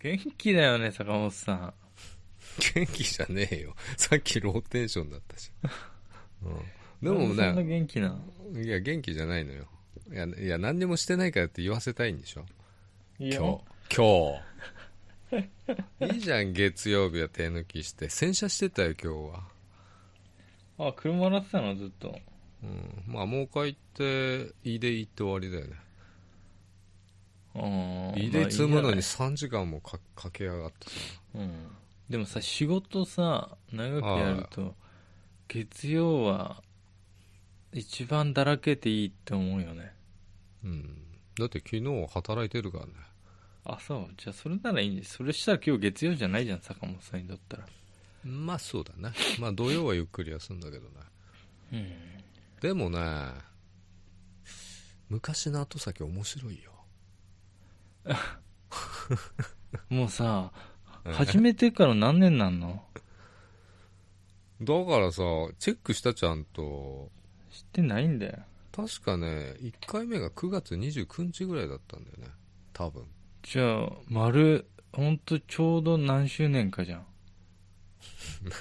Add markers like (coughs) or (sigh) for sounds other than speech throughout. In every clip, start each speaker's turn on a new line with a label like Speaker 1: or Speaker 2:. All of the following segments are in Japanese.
Speaker 1: 元気だよね、坂本さん。
Speaker 2: 元気じゃねえよ。 (laughs) さっきローテンションだったし。うん、でも
Speaker 1: なんそんな
Speaker 2: ね、
Speaker 1: 元気ない
Speaker 2: や、元気じゃないのよ。いや、いや何にもしてないからって言わせたいんでしょ
Speaker 1: い
Speaker 2: 今日。 (laughs) 今日。いいじゃん、月曜日は手抜きして。洗車してたよ、今日は。
Speaker 1: あ、車洗ってたの、ずっと。
Speaker 2: うん。まあ、もう帰って、いで行って終わりだよね。
Speaker 1: あ
Speaker 2: いで積むのに
Speaker 1: さ、
Speaker 2: 3時間もかかけやがってさ。
Speaker 1: うん。でもさ、仕事さ、長くやると、月曜は、一番だらけていいって思うよね。
Speaker 2: うん。だって昨日働いてるからね。
Speaker 1: あ、そう。じゃあ、それならいいんです。それしたら今日月曜じゃないじゃん、坂本さんにとったら。
Speaker 2: まあそうだね。まあ土曜はゆっくり休んだけどね。
Speaker 1: うん。
Speaker 2: でもね、昔の後先面白いよ。
Speaker 1: もうさ、始めてから何年なんの
Speaker 2: だからさ、チェックしたちゃんと、
Speaker 1: 知ってないんだよ。
Speaker 2: 確かね、1回目が9月29日ぐらいだったんだよね。多分。 (laughs)
Speaker 1: じゃあ、丸、ほんとちょうど何周年かじゃん。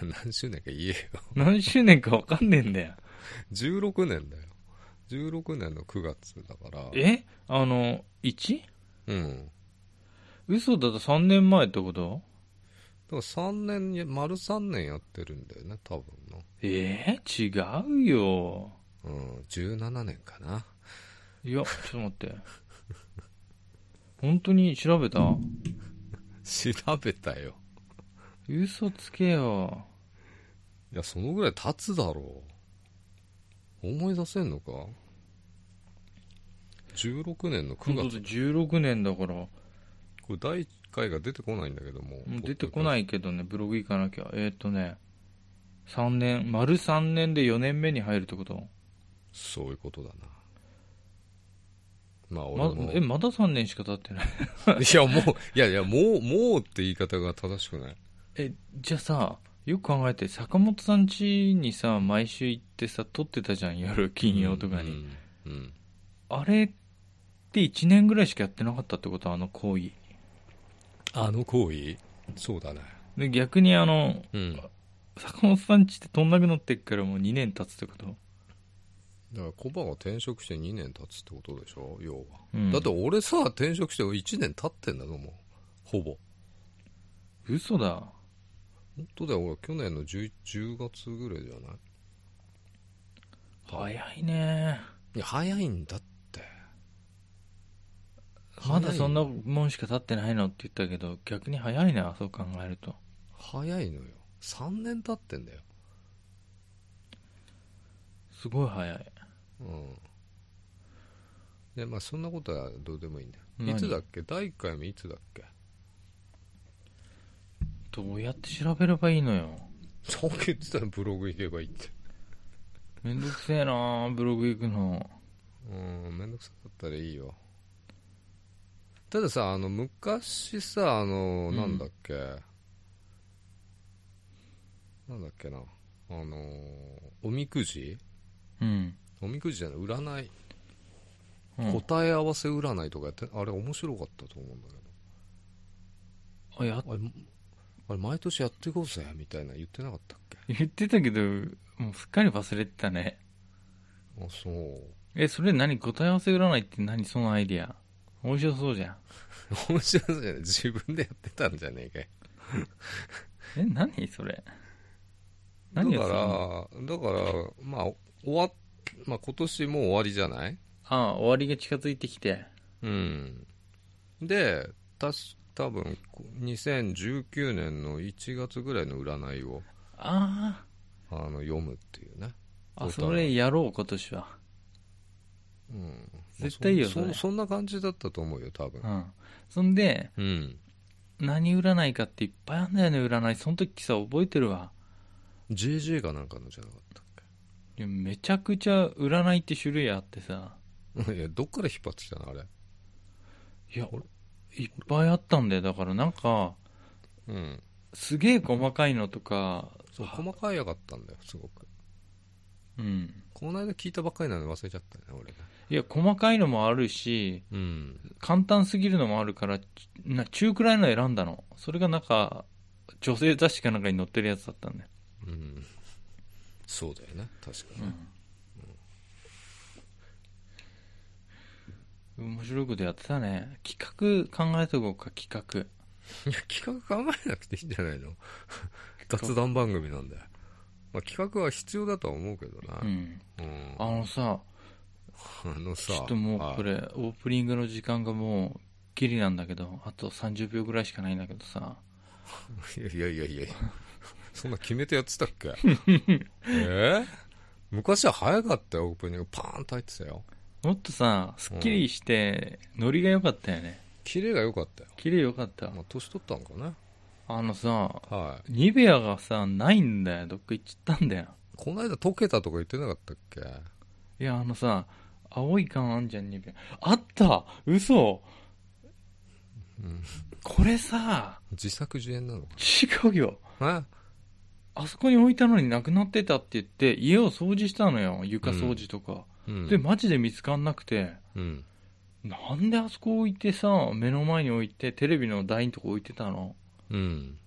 Speaker 2: な何周年か言えよ。
Speaker 1: 何周年かわかんねえんだよ。
Speaker 2: 16年だよ。16年の9月だから。
Speaker 1: えあの、1?
Speaker 2: うん。
Speaker 1: 嘘だと3年前ってこと
Speaker 2: だから3年や、丸3年やってるんだよね、多分な。
Speaker 1: えー、違うよ。
Speaker 2: うん、17年かな。 (laughs)
Speaker 1: いや、ちょっと待って。本当に調べた
Speaker 2: 調べたよ。
Speaker 1: 嘘つけよ。
Speaker 2: いや、そのぐらい経つだろう。思い出せんのか ?16 年の
Speaker 1: 本当
Speaker 2: 9
Speaker 1: だ
Speaker 2: 月。
Speaker 1: 16年だから、も
Speaker 2: これ第1回が出てこないんだけども。。
Speaker 1: う出てこないいけどね、ブログ行かなきゃ。えーっ、とね、3年、丸3年で4年目に入るってこと
Speaker 2: そういうことだな。まあ、俺
Speaker 1: ま
Speaker 2: も。
Speaker 1: え、まだ3年しか経ってない
Speaker 2: (laughs) いや、もう、いやいや、もう、もうって言い方が正しくない。
Speaker 1: え、じゃあさ、よく考えて、坂本さん家にさ、毎週行ってさ、撮ってたじゃん、夜、金曜とかに。
Speaker 2: うん。うん。
Speaker 1: あれって1年ぐらいしかやってなかったってことあの行為。
Speaker 2: あの行為そうだね。
Speaker 1: で、逆にあの、
Speaker 2: うん。だか
Speaker 1: 坂本さん家ってとんなくなってっからもう2年経つってこと
Speaker 2: ら、コバが転職して2年経つってことでしょ要は。
Speaker 1: うん
Speaker 2: だって俺さ、転職して1年経ってんだぞ、もう。ほぼ。
Speaker 1: 嘘だ。
Speaker 2: 本当だよ、俺、去年の 10, 10月ぐらいじゃない
Speaker 1: 早いね。
Speaker 2: いや、早いんだって。
Speaker 1: まだそんな
Speaker 2: 早い
Speaker 1: もんしか経ってないのって言ったけど、逆に早いな、そう考えると。
Speaker 2: 早いのよ。3年経ってんだよ。
Speaker 1: すごい早い。
Speaker 2: うん。で、まあ、そんなことはどうでもいいんだよ。
Speaker 1: 何
Speaker 2: いつだっけ第1回目いつだっけ
Speaker 1: どうやって調べればいいのよ。
Speaker 2: そう言ってたらブログ行けばいいって。
Speaker 1: めんどくせえなブログ行くの。
Speaker 2: うん、めんどくさかったらいいよ。たださ、あの、昔さ、あの、
Speaker 1: うん
Speaker 2: なんだっけ、なんだっけな、あの、おみくじ
Speaker 1: うん。
Speaker 2: おみくじじゃない、占い、
Speaker 1: うん
Speaker 2: 答え合わせ占いとかやって、あれ面白かったと思うんだけ
Speaker 1: あ、や、 (laughs)
Speaker 2: ど、あれ、あれ毎年やっていこうぜ、みたいな言ってなかったっけ
Speaker 1: 言ってたけど、もうすっかり忘れてたね。
Speaker 2: あ、そう。
Speaker 1: え、それ何答え合わせ占いって何そのアイディア。面白そうじゃん。
Speaker 2: 面白そうじゃない自分でやってたんじゃねえかよ
Speaker 1: え、何それ。何
Speaker 2: だ
Speaker 1: を
Speaker 2: か
Speaker 1: するの
Speaker 2: ら、だから、まあ、終わっ、まあ今年もう終わりじゃない
Speaker 1: あ、終わりが近づいてきて。
Speaker 2: うん。で、たし、多分こ2019年の1月ぐらいの占いを、
Speaker 1: あ
Speaker 2: あの、読むっていうね。
Speaker 1: あ、
Speaker 2: 答
Speaker 1: あ、
Speaker 2: え
Speaker 1: それやろう、今年は。
Speaker 2: うん。
Speaker 1: 絶対いいよ
Speaker 2: そ
Speaker 1: そ
Speaker 2: ん
Speaker 1: れ
Speaker 2: そんな感じだったと思うよ、多分
Speaker 1: う。ん。そんで、
Speaker 2: うん。
Speaker 1: 何占いかっていっぱいあんだよね、占い。その時さ、覚えてるわ。
Speaker 2: JJ かなんかのじゃなかっ
Speaker 1: いやめちゃくちゃ占いって種類あってさ。
Speaker 2: た。 (laughs) いや、どっから引っ張ってきたの、あれ。
Speaker 1: いや、いっぱいあったんだよ。だからなんか、
Speaker 2: うん。
Speaker 1: すげえ細かいのとか、
Speaker 2: そう、細かいやがったんだよ、すごく。
Speaker 1: うん。
Speaker 2: この間聞いたばっかりなのに忘れちゃったね、俺ね。
Speaker 1: いや細かいのもあるし
Speaker 2: うん
Speaker 1: 簡単すぎるのもあるからちな中くらいの選んだのそれがなんか女性雑誌かなんかに載ってるやつだったんだよ、
Speaker 2: うんそうだよね確かに、
Speaker 1: 面白いことやってたね企画考えとこうか企画
Speaker 2: いや企画考えなくていいんじゃないの雑談番組なんで、まあ、企画は必要だとは思うけどな、
Speaker 1: うん
Speaker 2: うん
Speaker 1: あのさ
Speaker 2: あの
Speaker 1: ち
Speaker 2: さ
Speaker 1: ょっとも
Speaker 2: は
Speaker 1: う
Speaker 2: い
Speaker 1: これオープニングの時間がもうギリなんだけどあと30秒ぐらいしかないんだけどさ
Speaker 2: いやいやいやい
Speaker 1: (laughs)
Speaker 2: やいやそんな決めてやってたっけえー昔は早かったよオープニングパーンと入ってたよ
Speaker 1: もっとさすっきりしてノリが良かったよね
Speaker 2: キレが良かったよ、
Speaker 1: 綺麗良かった
Speaker 2: まあ、年取ったのかね
Speaker 1: あのさ
Speaker 2: はい
Speaker 1: ニベアがさないんだよどっか行っちゃったんだよ
Speaker 2: この間溶けたとか言ってなかったっけ
Speaker 1: いやあのさ青い缶あんじゃんニベアあった嘘、
Speaker 2: うん
Speaker 1: これさ
Speaker 2: 自作自演なのか
Speaker 1: 違うよ
Speaker 2: な
Speaker 1: あそこに置いたのになくなってたって言って家を掃除したのよ床掃除とか、
Speaker 2: えうん
Speaker 1: でマジで見つかんなくて
Speaker 2: うん
Speaker 1: なんであそこ置いてさ目の前に置いてテレビの台のとこ置いてたの
Speaker 2: うん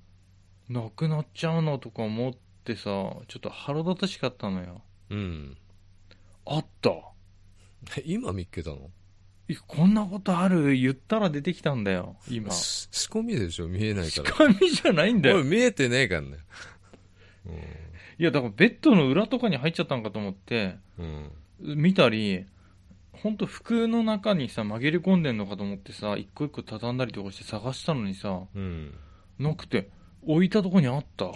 Speaker 1: なくなっちゃうのとか思ってさちょっと腹立たしかったのよ
Speaker 2: うん
Speaker 1: あった
Speaker 2: 今見っけたの
Speaker 1: いやこんなことある言ったら出てきたんだよ今仕
Speaker 2: し仕込みでしょ見えないから
Speaker 1: 込みじゃないんだ
Speaker 2: 俺
Speaker 1: よ
Speaker 2: 見えてねえからね
Speaker 1: いやだからベッドの裏とかに入っちゃったんかと思って
Speaker 2: うんうん
Speaker 1: 見たりほんと服の中にさ紛れ込んでんのかと思ってさ一個一個畳んだりとかして探したのにさ
Speaker 2: うん
Speaker 1: なくて置いたとこにあったい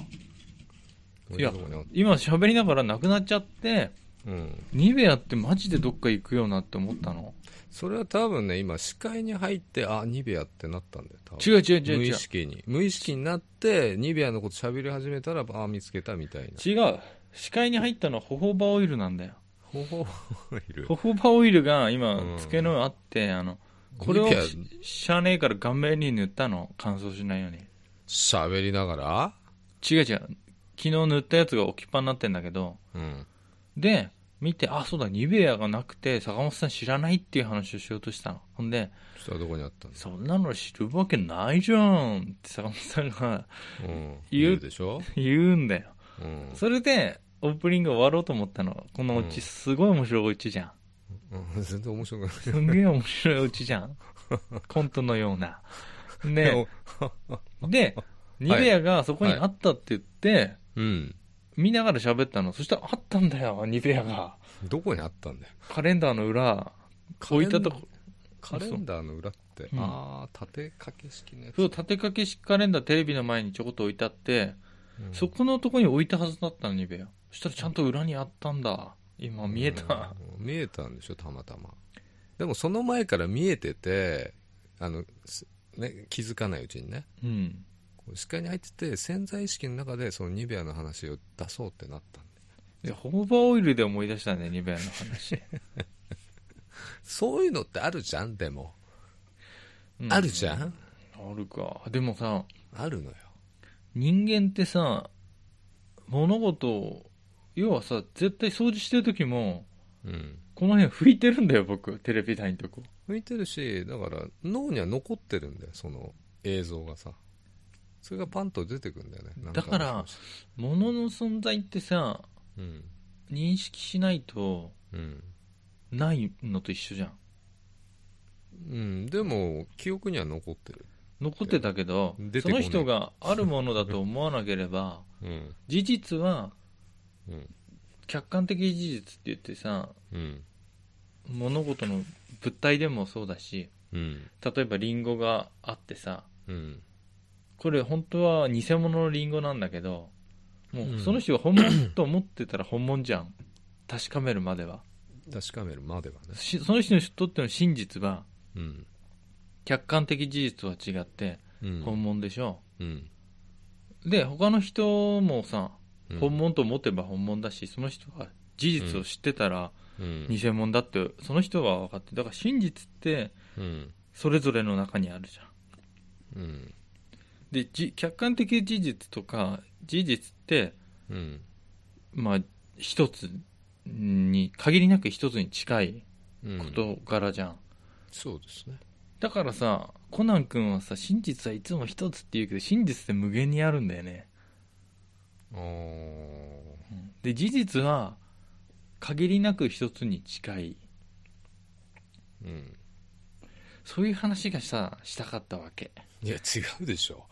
Speaker 1: や
Speaker 2: 俺のとこにあっ
Speaker 1: 今喋りながらなくなっちゃって
Speaker 2: うん、
Speaker 1: ニベアってマジでどっか行くよなって思ったの
Speaker 2: それは多分ね今視界に入ってあニベアってなったんだよ多分
Speaker 1: 違う違う違う
Speaker 2: 無
Speaker 1: 違
Speaker 2: 意
Speaker 1: う
Speaker 2: 識に無意識になってニベアのこと喋り始めたらあ見つけたみたいな
Speaker 1: 違う視界に入ったのはホホバオイルなんだよ
Speaker 2: ほほほいる
Speaker 1: ホホバオイルが
Speaker 2: う
Speaker 1: 今
Speaker 2: ん
Speaker 1: 机の上あって、あのこれを
Speaker 2: ニベア
Speaker 1: ししゃあねえから顔面に塗ったの乾燥しないように
Speaker 2: 喋りながら
Speaker 1: 違う違う昨日塗ったやつが置きっぱになってんだけど
Speaker 2: うん
Speaker 1: で見てあそうだニベアがなくて坂本さん知らないっていう話をしようとしたのほんで
Speaker 2: そしたらどこにあったんだ
Speaker 1: そんなの知るわけないじゃんって坂本さんが
Speaker 2: うん
Speaker 1: 言う
Speaker 2: でしょ
Speaker 1: 言うんだよ
Speaker 2: うん
Speaker 1: それでオープニング終わろうと思ったのこのオチ
Speaker 2: うん
Speaker 1: すごい面白いオチじゃん
Speaker 2: うん (laughs) 全然面白くない
Speaker 1: すんげえ面白いオチじゃ
Speaker 2: (laughs)
Speaker 1: んコントのようなねでニベアがそこにあったって言って、
Speaker 2: うん
Speaker 1: 見ながら喋ったのそしたらあったんだよニベアが
Speaker 2: どこにあったんだよ
Speaker 1: カレンダーの裏置いたとこ
Speaker 2: カレンダーの裏って
Speaker 1: うん
Speaker 2: ああ縦掛け式のやつ
Speaker 1: そう立てかけ式カレンダーテレビの前にちょこっと置いてあって、
Speaker 2: うん
Speaker 1: そこのとこに置いたはずだったのニベアそしたらちゃんと裏にあったんだ今見えた、
Speaker 2: うん見えたんでしょたまたまでもその前から見えててあの、すね、気づかないうちにね
Speaker 1: うん
Speaker 2: こう視界に入ってて潜在意識の中でそのニベアの話を出そうってなったんで
Speaker 1: でホーバーオイルで思い出したねニベアの話、
Speaker 2: そういうのってあるじゃんでも、
Speaker 1: うん
Speaker 2: あるじゃん
Speaker 1: あるかでもさ
Speaker 2: あるのよ
Speaker 1: 人間ってさ物事を要はさ絶対掃除してる時も
Speaker 2: うん
Speaker 1: この辺拭いてるんだよ僕テレビ台のとこ
Speaker 2: 向いてるしだから脳には残ってるんだよその映像がさそれがパンと出てくんだよねなん
Speaker 1: だから物の存在ってさ
Speaker 2: うん
Speaker 1: 認識しないと
Speaker 2: うん、
Speaker 1: ないのと一緒じゃん
Speaker 2: うん、でも記憶には残ってる
Speaker 1: 残ってたけど
Speaker 2: 出て
Speaker 1: そ
Speaker 2: こ
Speaker 1: の
Speaker 2: ない
Speaker 1: 人があるものだと思わなけれ
Speaker 2: (laughs)
Speaker 1: ば
Speaker 2: うん
Speaker 1: 事実は
Speaker 2: うん
Speaker 1: 客観的事実って言ってさ
Speaker 2: うん
Speaker 1: 物事の物体でもそうだし
Speaker 2: うん
Speaker 1: 例えばリンゴがあってさ
Speaker 2: うん
Speaker 1: これ本当は偽物のリンゴなんだけどもううんその人が本物と思ってたら本物じゃん確かめるまでは
Speaker 2: 確かめるまではね
Speaker 1: しその人にとっての真実は
Speaker 2: うん
Speaker 1: 客観的事実とは違って
Speaker 2: うん
Speaker 1: 本物でしょ、
Speaker 2: うん
Speaker 1: で他の人もさ
Speaker 2: うん
Speaker 1: 本物と思ってば本物だしその人が事実を知ってたら
Speaker 2: うん
Speaker 1: 偽物だってその人は分かってだから真実って
Speaker 2: うん
Speaker 1: それぞれの中にあるじゃん
Speaker 2: うん
Speaker 1: でじ客観的事実とか事実って
Speaker 2: うん
Speaker 1: まあ、一つに、限りなく一つに近い
Speaker 2: うん
Speaker 1: 事柄じゃん、
Speaker 2: そうですね
Speaker 1: だからさコナン君はさ真実はいつも一つって言うけど真実って無限にあるんだよね、
Speaker 2: あー
Speaker 1: うんで事実は限りなく一つに近い
Speaker 2: うん
Speaker 1: そういう話がさしたかったわけ
Speaker 2: いや違うでしょ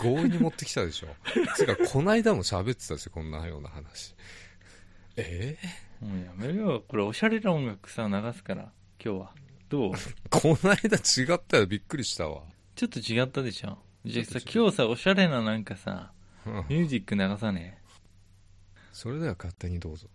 Speaker 2: 強引に持ってきたでしょつうかこないだも喋ってたしこんなような話え
Speaker 1: もうやめろよこれおしゃれな音楽さ流すから今日はどう
Speaker 2: ー、こないだ違ったよびっくりしたわ
Speaker 1: ちょっと違ったでしょじゃあさ
Speaker 2: ちょ
Speaker 1: 今
Speaker 2: っと違う
Speaker 1: 日さおしゃれななんかさ
Speaker 2: うん
Speaker 1: ミュージック流さね
Speaker 2: それでは勝手にどうぞ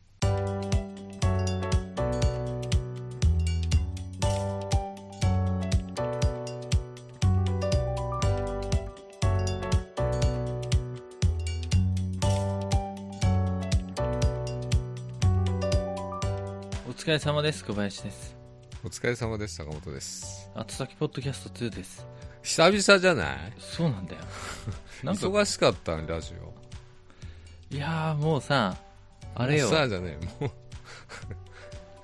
Speaker 1: お疲れ様です小林です
Speaker 2: お疲れ様です坂本です
Speaker 1: 後先ポッドキャスト2です
Speaker 2: 久々じゃない
Speaker 1: そうなん
Speaker 2: (laughs)
Speaker 1: だよなんか
Speaker 2: 忙しかったんラジオ
Speaker 1: いやーもうさあれよ
Speaker 2: さあじゃねえも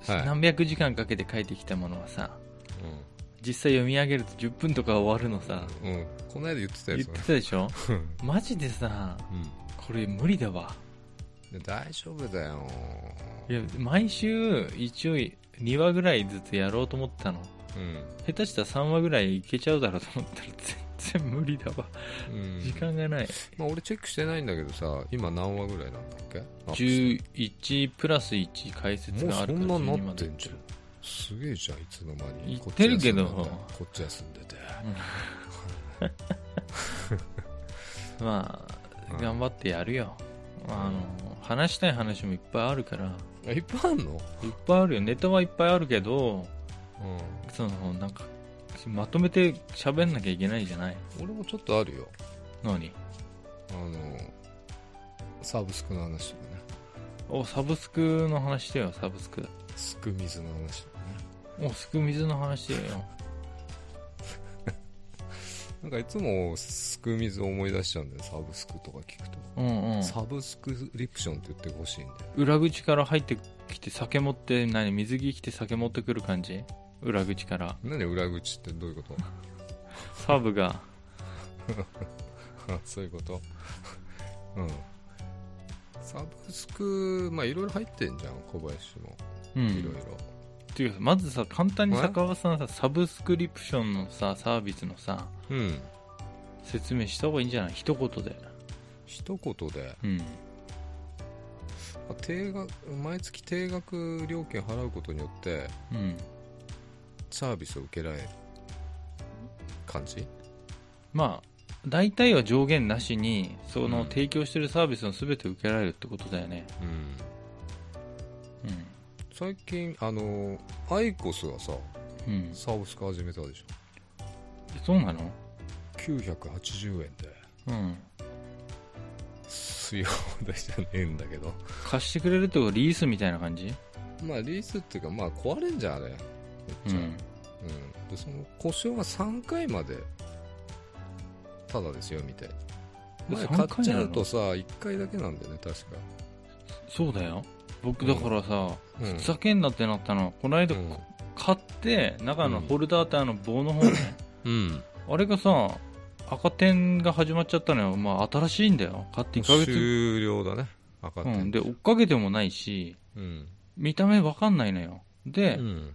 Speaker 2: うはい
Speaker 1: 何百時間かけて書いてきたものはさ実際読み上げると10分とか終わるのさ
Speaker 2: うん、うん、こないだ言ってた
Speaker 1: 言
Speaker 2: よ
Speaker 1: っ
Speaker 2: そ
Speaker 1: て
Speaker 2: れ
Speaker 1: たでしょ
Speaker 2: うん
Speaker 1: マジでさこれ無理だわ
Speaker 2: いや大丈夫だよ
Speaker 1: いや毎週一応2話ぐらいずつやろうと思ってたの
Speaker 2: うん、
Speaker 1: 下手したら3話ぐらいいけちゃうだろうと思ったら全然無理だわ
Speaker 2: うん、
Speaker 1: 時間がない
Speaker 2: まあ、俺チェックしてないんだけどさ今何話ぐらいなんだっけあ
Speaker 1: 11プラス1解説
Speaker 2: もう
Speaker 1: があ
Speaker 2: そ
Speaker 1: るか
Speaker 2: ん
Speaker 1: ら
Speaker 2: なに
Speaker 1: 12
Speaker 2: な
Speaker 1: ま
Speaker 2: っ
Speaker 1: で
Speaker 2: て
Speaker 1: い
Speaker 2: んじゃんすげえじゃんいつの間
Speaker 1: 言
Speaker 2: に
Speaker 1: ってるけど
Speaker 2: こっち休んでて
Speaker 1: まあ
Speaker 2: うん
Speaker 1: 頑張ってやるよあの話したい話もいっぱいあるから
Speaker 2: あいっぱいあんの
Speaker 1: いっぱいあるよネタはいっぱいあるけどそのなんかまとめて喋んなきゃいけないじゃない
Speaker 2: うん俺もちょっとあるよ
Speaker 1: 何
Speaker 2: あのサブスクの話とかね
Speaker 1: おサブスクの話してよサブスク
Speaker 2: すく水の話とかね
Speaker 1: おすく水の話してよ
Speaker 2: なんかいつもすく水を思い出しちゃうんだよサブスクとか聞くと、
Speaker 1: うんうん
Speaker 2: サブスクリプションって言ってほしいんだよ
Speaker 1: 裏口から入ってきて酒持って何水着着て酒持ってくる感じ裏口から
Speaker 2: 何裏口ってどういうこと (laughs)
Speaker 1: サブが
Speaker 2: あそういうこと (laughs) うんサブスクまあいろいろ入ってんじゃん小林も
Speaker 1: う
Speaker 2: いろい
Speaker 1: ん
Speaker 2: ろ、
Speaker 1: っていうかまずさ簡単に
Speaker 2: え
Speaker 1: 坂本さんさサブスクリプションのさサービスのさ
Speaker 2: うん
Speaker 1: 説明した方がいいんじゃない一言で
Speaker 2: 一言で
Speaker 1: うん
Speaker 2: あ定額毎月定額料金払うことによって
Speaker 1: うん
Speaker 2: サービスを受けられる感じ
Speaker 1: まあ大体は上限なしにその
Speaker 2: うん
Speaker 1: 提供してるサービスの全て受けられるってことだよね
Speaker 2: うん
Speaker 1: う
Speaker 2: 最近あのアイコスがさ
Speaker 1: んうん
Speaker 2: サブスク始めたでしょ
Speaker 1: そうなの
Speaker 2: 980円で
Speaker 1: うん
Speaker 2: 水曜出しじゃねえんだけど
Speaker 1: 貸してくれるってことリースみたいな感じ
Speaker 2: まあリースっていうかまあ壊れんじゃんあれめっ
Speaker 1: う
Speaker 2: ちゃ、うん
Speaker 1: ん
Speaker 2: でその故障が3回までただですよみたい
Speaker 1: え
Speaker 2: な前
Speaker 1: 三回な
Speaker 2: 買
Speaker 1: の
Speaker 2: っちゃうとさ1回だけなんだよね確か
Speaker 1: そうだよ僕
Speaker 2: うん
Speaker 1: だからさ、
Speaker 2: うん
Speaker 1: ふざけんなってなったのこの間買って中の
Speaker 2: うん
Speaker 1: ホルダーってあの棒の方
Speaker 2: (laughs)
Speaker 1: ね、
Speaker 2: うん、
Speaker 1: あれがさ赤点が始まっちゃったのよまあ新しいんだよ買って1ヶ月、
Speaker 2: 終了だね分かっ
Speaker 1: う
Speaker 2: て
Speaker 1: ん、で追っかけてもないし
Speaker 2: うん
Speaker 1: 見た目わかんないのよで、
Speaker 2: うん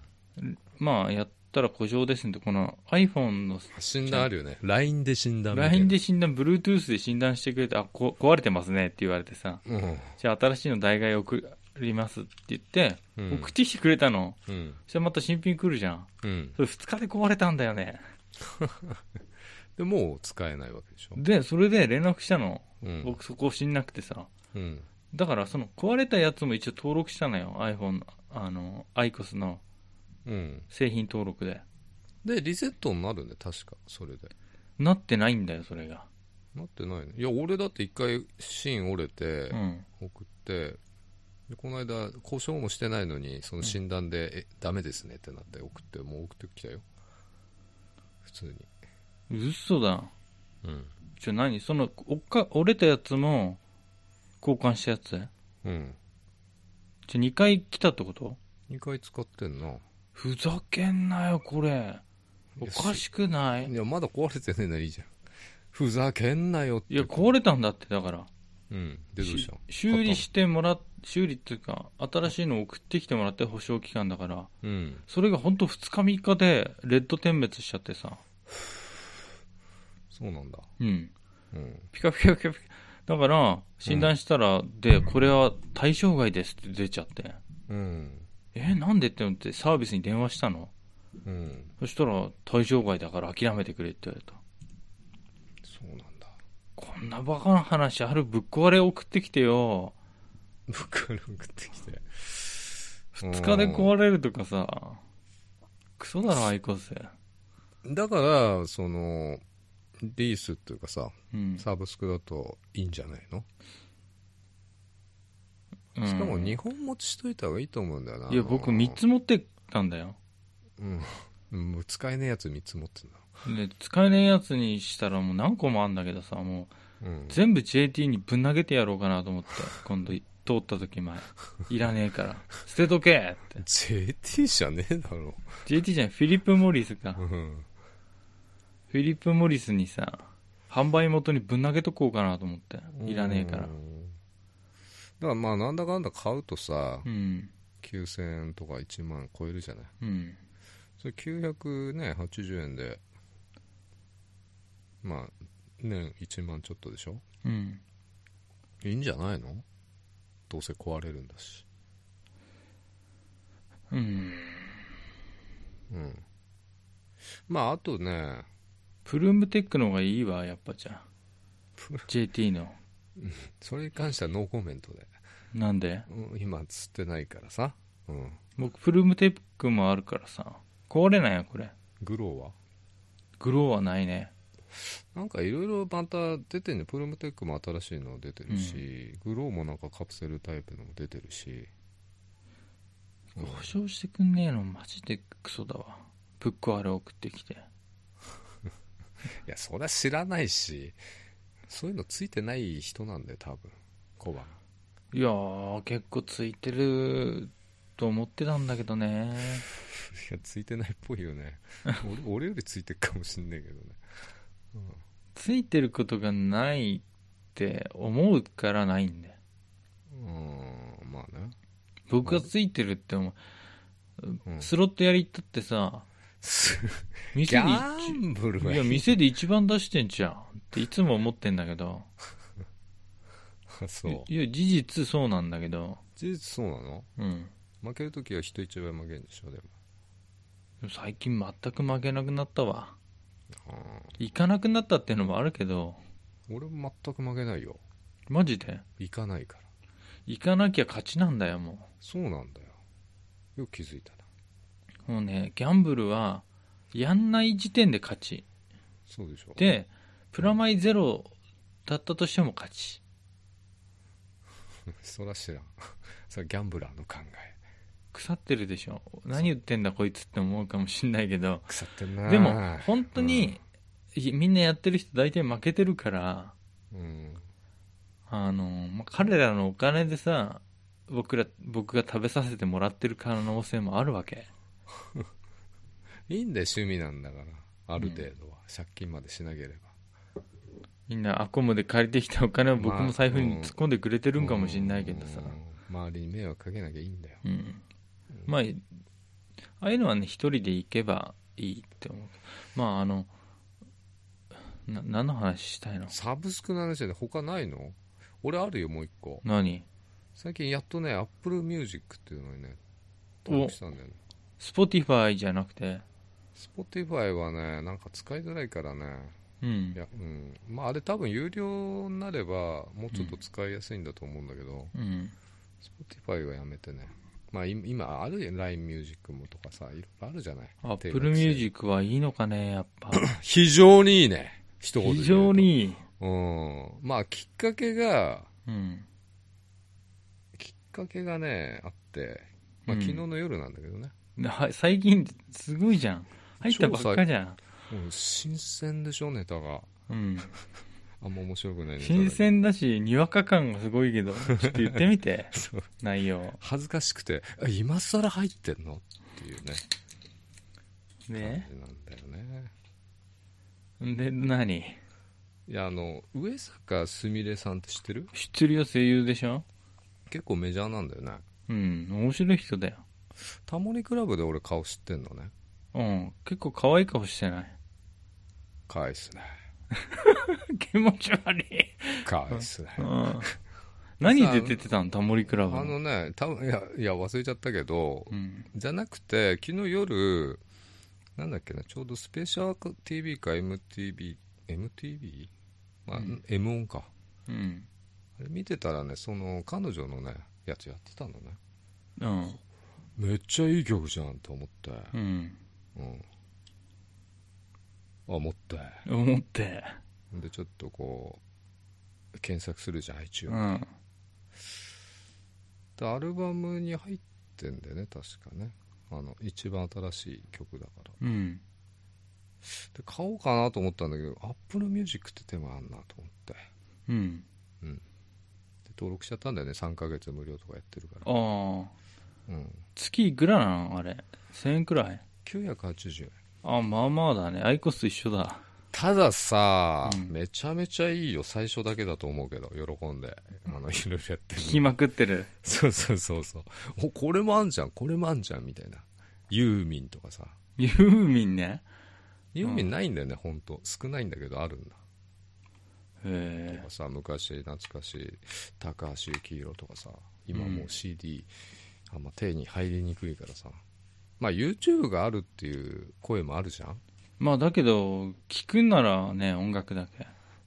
Speaker 1: まあやったら故障ですんでこの iPhone の
Speaker 2: 診断あるよね LINE で診断みたいな
Speaker 1: LINE で診断 Bluetooth で診断してくれてあこ壊れてますねって言われてさ
Speaker 2: うん
Speaker 1: じゃあ新しいの代替え送りますって言って、
Speaker 2: うん
Speaker 1: 送ってきてくれたの
Speaker 2: うん
Speaker 1: そしたらまた新品来るじゃん
Speaker 2: うん
Speaker 1: それ2日で壊れたんだよね
Speaker 2: でもう使えないわけでしょ、
Speaker 1: でそれで連絡したの
Speaker 2: うん、
Speaker 1: 僕そこ知んなくてさ
Speaker 2: うん
Speaker 1: だからその壊れたやつも一応登録したのよ iPhone のあの ICOS の
Speaker 2: うん
Speaker 1: 製品登録で
Speaker 2: でリセットになるんで確かそれで
Speaker 1: なってないんだよそれが
Speaker 2: なってないねいや俺だって一回芯折れて
Speaker 1: うん
Speaker 2: 送って、でこの間故障もしてないのにその診断で、えダメですねってなって送ってもう送ってきたよ普通に
Speaker 1: 嘘だ
Speaker 2: うん
Speaker 1: ちょ何そのおっか折れたやつも交換したやつ
Speaker 2: うん
Speaker 1: ちょ2回来たってこと
Speaker 2: 2回使ってんな
Speaker 1: 不ふざけんなよ、これ。おかしくない
Speaker 2: いや、まだ壊れてねえならいいじゃん。ふざけんなよって。
Speaker 1: いや、壊れたんだって、だから。
Speaker 2: うん。で、どうしたの
Speaker 1: し修理してもらっ、修理っていうか、新しいのを送ってきてもらって、保証期間だから。
Speaker 2: うん。
Speaker 1: それが本当2日3日で、レッド点滅しちゃってさ。
Speaker 2: そうなんだ。
Speaker 1: うん。
Speaker 2: うん。
Speaker 1: ピカピカピカピカ。だから、診断したら、で、これは対象外ですって出ちゃって。
Speaker 2: うん。
Speaker 1: え、なんでって思ってサービスに電話したの
Speaker 2: うん。
Speaker 1: そしたら、対象外だから諦めてくれって言われた。
Speaker 2: そうなんだ。
Speaker 1: こんなバカな話あるぶっ壊れ送ってきてよ。
Speaker 2: 僕から送ってきて。
Speaker 1: 2日で壊れるとかさ。クソだろ、アイコス。
Speaker 2: だから、その、リースっていうかさ、
Speaker 1: うん。
Speaker 2: サブスクだといいんじゃないの、
Speaker 1: うん
Speaker 2: しかも2本持ちしといた方がいいと思うんだよな。
Speaker 1: いや、僕3つ持ってったんだよ。
Speaker 2: うん。うん。もう使えねえやつ3つ持ってんだ。
Speaker 1: で、使えねえやつにしたらもう何個もあんだけどさ、もう
Speaker 2: うん。
Speaker 1: 全部 JT にぶん投げてやろうかなと思って、今度通った時前。いらねえから。捨てとけって。
Speaker 2: JT じゃねえだろ。
Speaker 1: JT じゃない、フィリップ・モリスか
Speaker 2: う。ん。
Speaker 1: フィリップ・モリスにさ、販売元にぶん投げとこうかなと思って。いらねえから
Speaker 2: う。んだからまあなんだかんだ買うとさ、
Speaker 1: うん。
Speaker 2: 9000円とか1万超えるじゃない
Speaker 1: うん。
Speaker 2: それ980円でまあ年1万ちょっとでしょ
Speaker 1: うん。
Speaker 2: いいんじゃないのどうせ壊れるんだし
Speaker 1: うん。
Speaker 2: うんまああとね
Speaker 1: プルームテックの方がいいわ、やっぱじゃあ
Speaker 2: プル。
Speaker 1: JT の。
Speaker 2: それに関してはノーコメントで、
Speaker 1: なんで
Speaker 2: うん、今釣ってないからさ、うん、
Speaker 1: 僕、プルームテックもあるからさ。壊れないよ、これ。
Speaker 2: グローは
Speaker 1: グローはないね。
Speaker 2: なんかいろいろまた出てるねプルムテックも新しいの出てるし、グローもなんかカプセルタイプのも出てるし、うん
Speaker 1: 保証してくんねえの、マジでクソだわ。ぶっ壊れ送ってきて。
Speaker 2: いや、そりゃ知らないし、そういうのついてない人なんだよ、多分。小判。
Speaker 1: いやー、結構ついてると思ってたんだけどね。
Speaker 2: いや、ついてないっぽいよね。俺俺よりついてるかもしんないけどね。
Speaker 1: ついてることがないって思うからないんだよ。
Speaker 2: うーん、まあね。
Speaker 1: 僕がついてるって思
Speaker 2: う
Speaker 1: う。
Speaker 2: ん、
Speaker 1: スロットやりたってさ、
Speaker 2: ギ
Speaker 1: 店で
Speaker 2: ャンブル
Speaker 1: 一、
Speaker 2: はい
Speaker 1: や、店で一番出してんじゃんっていつも思ってんだけど。
Speaker 2: そう。
Speaker 1: いや、事実そうなんだけど。
Speaker 2: 事実そうなの
Speaker 1: うん。
Speaker 2: 負けるときは人一倍負けるんでしょ、でも。
Speaker 1: でも最近全く負けなくなったわ。
Speaker 2: う
Speaker 1: 行かなくなったっていうのもあるけど、
Speaker 2: ん俺も全く負けないよ。
Speaker 1: マジで
Speaker 2: 行かないから。
Speaker 1: 行かなきゃ勝ちなんだよ、もう。
Speaker 2: そうなんだよ。よく気づいたな。
Speaker 1: もうね、ギャンブルは、やんない時点で勝ち。
Speaker 2: そうでしょ。
Speaker 1: で、プラマイゼロだったとしても勝ち。
Speaker 2: そら知らん。 (laughs) それギャンブラーの考え。
Speaker 1: 腐ってるでしょ。何言ってんだこいつって思うかもしんないけど。
Speaker 2: 腐ってんな
Speaker 1: でも、本当に、いみんなやってる人大体負けてるから、
Speaker 2: うん。
Speaker 1: あの、まあ、彼らのお金でさ、僕ら、僕が食べさせてもらってる可能性もあるわけ。
Speaker 2: いいんだよ、趣味なんだから。ある程度は。借金までしなければ。
Speaker 1: みんなアコムで借りてきたお金を僕
Speaker 2: まあ
Speaker 1: も財布に突っ込んでくれてるんかもしんないけどさ。
Speaker 2: うん。周りに迷惑かけなきゃいいんだよ。
Speaker 1: うん、まあああいうのはね一人で行けばいいって思うまああのな何の話したいの
Speaker 2: サブスクの話で他ないの俺あるよ、もう一個。
Speaker 1: 何
Speaker 2: 最近やっとね、Apple Music っていうのにね、登録したんだよね。
Speaker 1: Spotify じゃなくて
Speaker 2: Spotify はね、なんか使いづらいからね。
Speaker 1: うん
Speaker 2: いや、うん。まあ、あれ多分有料になれば、もうちょっと使いやすいんだと思うんだけど、
Speaker 1: うん
Speaker 2: Spotify はやめてね。まあ、い今あるよ、LINE Music もとかさ、いろいろあるじゃない。
Speaker 1: Apple Music はいいのかねやっぱ
Speaker 2: (laughs) 非常にいいね。一言で
Speaker 1: 非
Speaker 2: 言うと
Speaker 1: 常。にいい
Speaker 2: うん。まあ、きっかけが、
Speaker 1: うん
Speaker 2: きっかけがね、あって、まあ、
Speaker 1: うん
Speaker 2: 昨日の夜なんだけどね。
Speaker 1: は最近すごいじゃん入ったばっかじゃん、
Speaker 2: うん、新鮮でしょ、ネタが。
Speaker 1: うん、
Speaker 2: あんま面白くないネタだけど
Speaker 1: 新鮮だしにわか感がすごいけどちょっと言ってみて
Speaker 2: (laughs) そう
Speaker 1: 内容
Speaker 2: 恥ずかしくて、あ今更入ってんのっていうね。感
Speaker 1: ね
Speaker 2: じなんだよね
Speaker 1: で何
Speaker 2: いやあの上坂すみれさんって知ってる
Speaker 1: 知ってるよ声優でしょ
Speaker 2: 結構メジャーなんだよね
Speaker 1: うん面白い人だよ
Speaker 2: タモリクラブで俺顔知ってんのね
Speaker 1: うん結構可愛い顔してない
Speaker 2: かわいいっすね
Speaker 1: (laughs) 気持ち悪い、
Speaker 2: かわいいっすね
Speaker 1: うん、何で出てたのタモリクラブ
Speaker 2: あのねたいやいや忘れちゃったけど、
Speaker 1: うん
Speaker 2: じゃなくて昨日夜なんだっけなちょうどスペシャル TV か MTV MTV? まあ、
Speaker 1: うん
Speaker 2: M1 か
Speaker 1: うん
Speaker 2: あれ見てたらねその彼女のねやつやってたのね
Speaker 1: うん
Speaker 2: めっちゃいい曲じゃんと思って
Speaker 1: うん
Speaker 2: うん思って
Speaker 1: 思って
Speaker 2: でちょっとこう検索するじゃん iTunes、
Speaker 1: うん
Speaker 2: でアルバムに入ってんだよね確かねあの一番新しい曲だから
Speaker 1: うん
Speaker 2: で買おうかなと思ったんだけど Apple Music って手間あんなと思ってで
Speaker 1: うん
Speaker 2: 登録しちゃったんだよね3ヶ月無料とかやってるから、
Speaker 1: ああ
Speaker 2: うん、
Speaker 1: 月いくらなのあれ1000円くらい
Speaker 2: 980円
Speaker 1: あまあまあだねアイコスと一緒だ
Speaker 2: たださ、
Speaker 1: うん
Speaker 2: めちゃめちゃいいよ最初だけだと思うけど喜んであのいろいろやってる
Speaker 1: 聞きまくってる
Speaker 2: そうそうそうそうおこれもあんじゃんこれもあんじゃんみたいなユーミンとかさ
Speaker 1: ユーミンね
Speaker 2: ユーミンないんだよね、ほんと少ないんだけどあるんだと
Speaker 1: へ
Speaker 2: かさ昔懐かしい高橋幸宏とかさ今もう CD、あんま手に入りにくいからさまあ YouTube があるっていう声もあるじゃん
Speaker 1: えまあだけど聞くんならね音楽だけ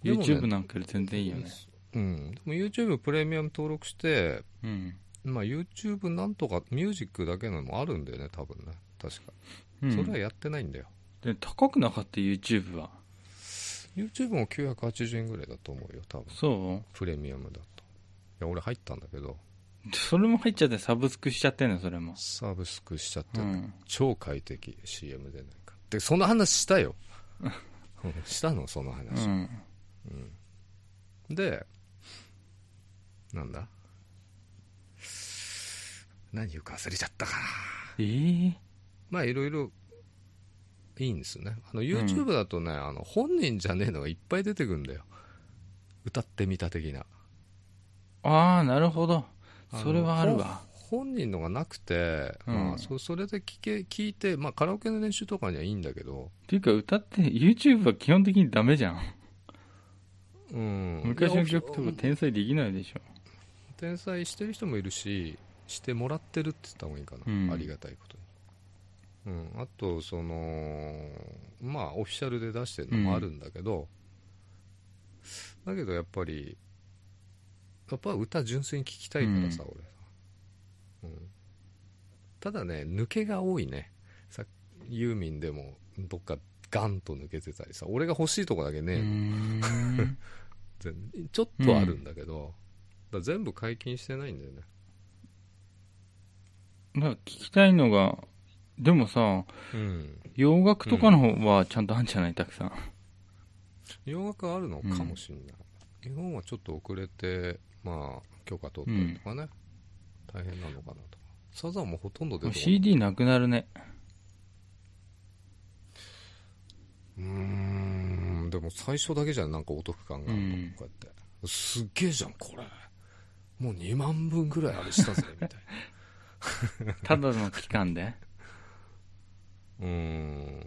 Speaker 2: でもね
Speaker 1: YouTube なんかより全然いいよね
Speaker 2: うんでも YouTube プレミアム登録して
Speaker 1: うん
Speaker 2: まあ YouTube なんとかミュージックだけのもあるんだよね多分ね確か、
Speaker 1: うん
Speaker 2: それはやってないんだよ
Speaker 1: で高くなかった YouTube は
Speaker 2: YouTube も980円ぐらいだと思うよ多分
Speaker 1: そ
Speaker 2: プレミアムだといや俺入ったんだけど
Speaker 1: うそれも入っちゃってサブスクしちゃってんのそれも
Speaker 2: サブスクしちゃって
Speaker 1: う
Speaker 2: る
Speaker 1: ん
Speaker 2: 超快適 CM でなんかでその話したよ (laughs) うんしたのその
Speaker 1: う
Speaker 2: 話、
Speaker 1: ん
Speaker 2: でなんだ何言うか忘れちゃったかな
Speaker 1: ええ
Speaker 2: まあいろいろいいんですよねあの YouTube だとね、あの本人じゃねえのがいっぱい出てくるんだよ歌ってみた的な
Speaker 1: ああなるほどそれはある
Speaker 2: あの
Speaker 1: わ
Speaker 2: 本人のがなくて、
Speaker 1: うん
Speaker 2: まあ、そそれで聞け聞いて、まあ、カラオケの練習とかにはいいんだけど、
Speaker 1: っていうか歌って YouTube は基本的にダメじゃん
Speaker 2: うん、
Speaker 1: 昔の曲とか天才できないでしょ
Speaker 2: 天才してる人もいるししてもらってるって言った方がいいかな、
Speaker 1: うん
Speaker 2: ありがたいことに、うん、あとそのまあオフィシャルで出してるのもあるんだけど、だけどやっぱりやっぱ歌純粋に聴きたいからさ、俺さ、うん、ただね抜けが多いねさユーミンでもどっかガンと抜けてたりさ俺が欲しいとこだけね
Speaker 1: う
Speaker 2: えの、
Speaker 1: ーん
Speaker 2: 全ちょっとはあるんだけど、だから全部解禁してないんだよね
Speaker 1: なんか聞きたいのがでもさ
Speaker 2: うん
Speaker 1: 洋楽とかの方はちゃんとあるんじゃないたくさん
Speaker 2: 洋楽あるのかもしれない、日本はちょっと遅れてまあ許可取ったりとかね、大変なのかなとかサザンもほとんど出
Speaker 1: もう
Speaker 2: てこない
Speaker 1: CD なくなるね
Speaker 2: うーんでも最初だけじゃんなんかお得感があるの、
Speaker 1: うん
Speaker 2: こうやってすっげえじゃんこれもう2万分ぐらいあれ (laughs) したぜみたい
Speaker 1: ただの期間で
Speaker 2: なうー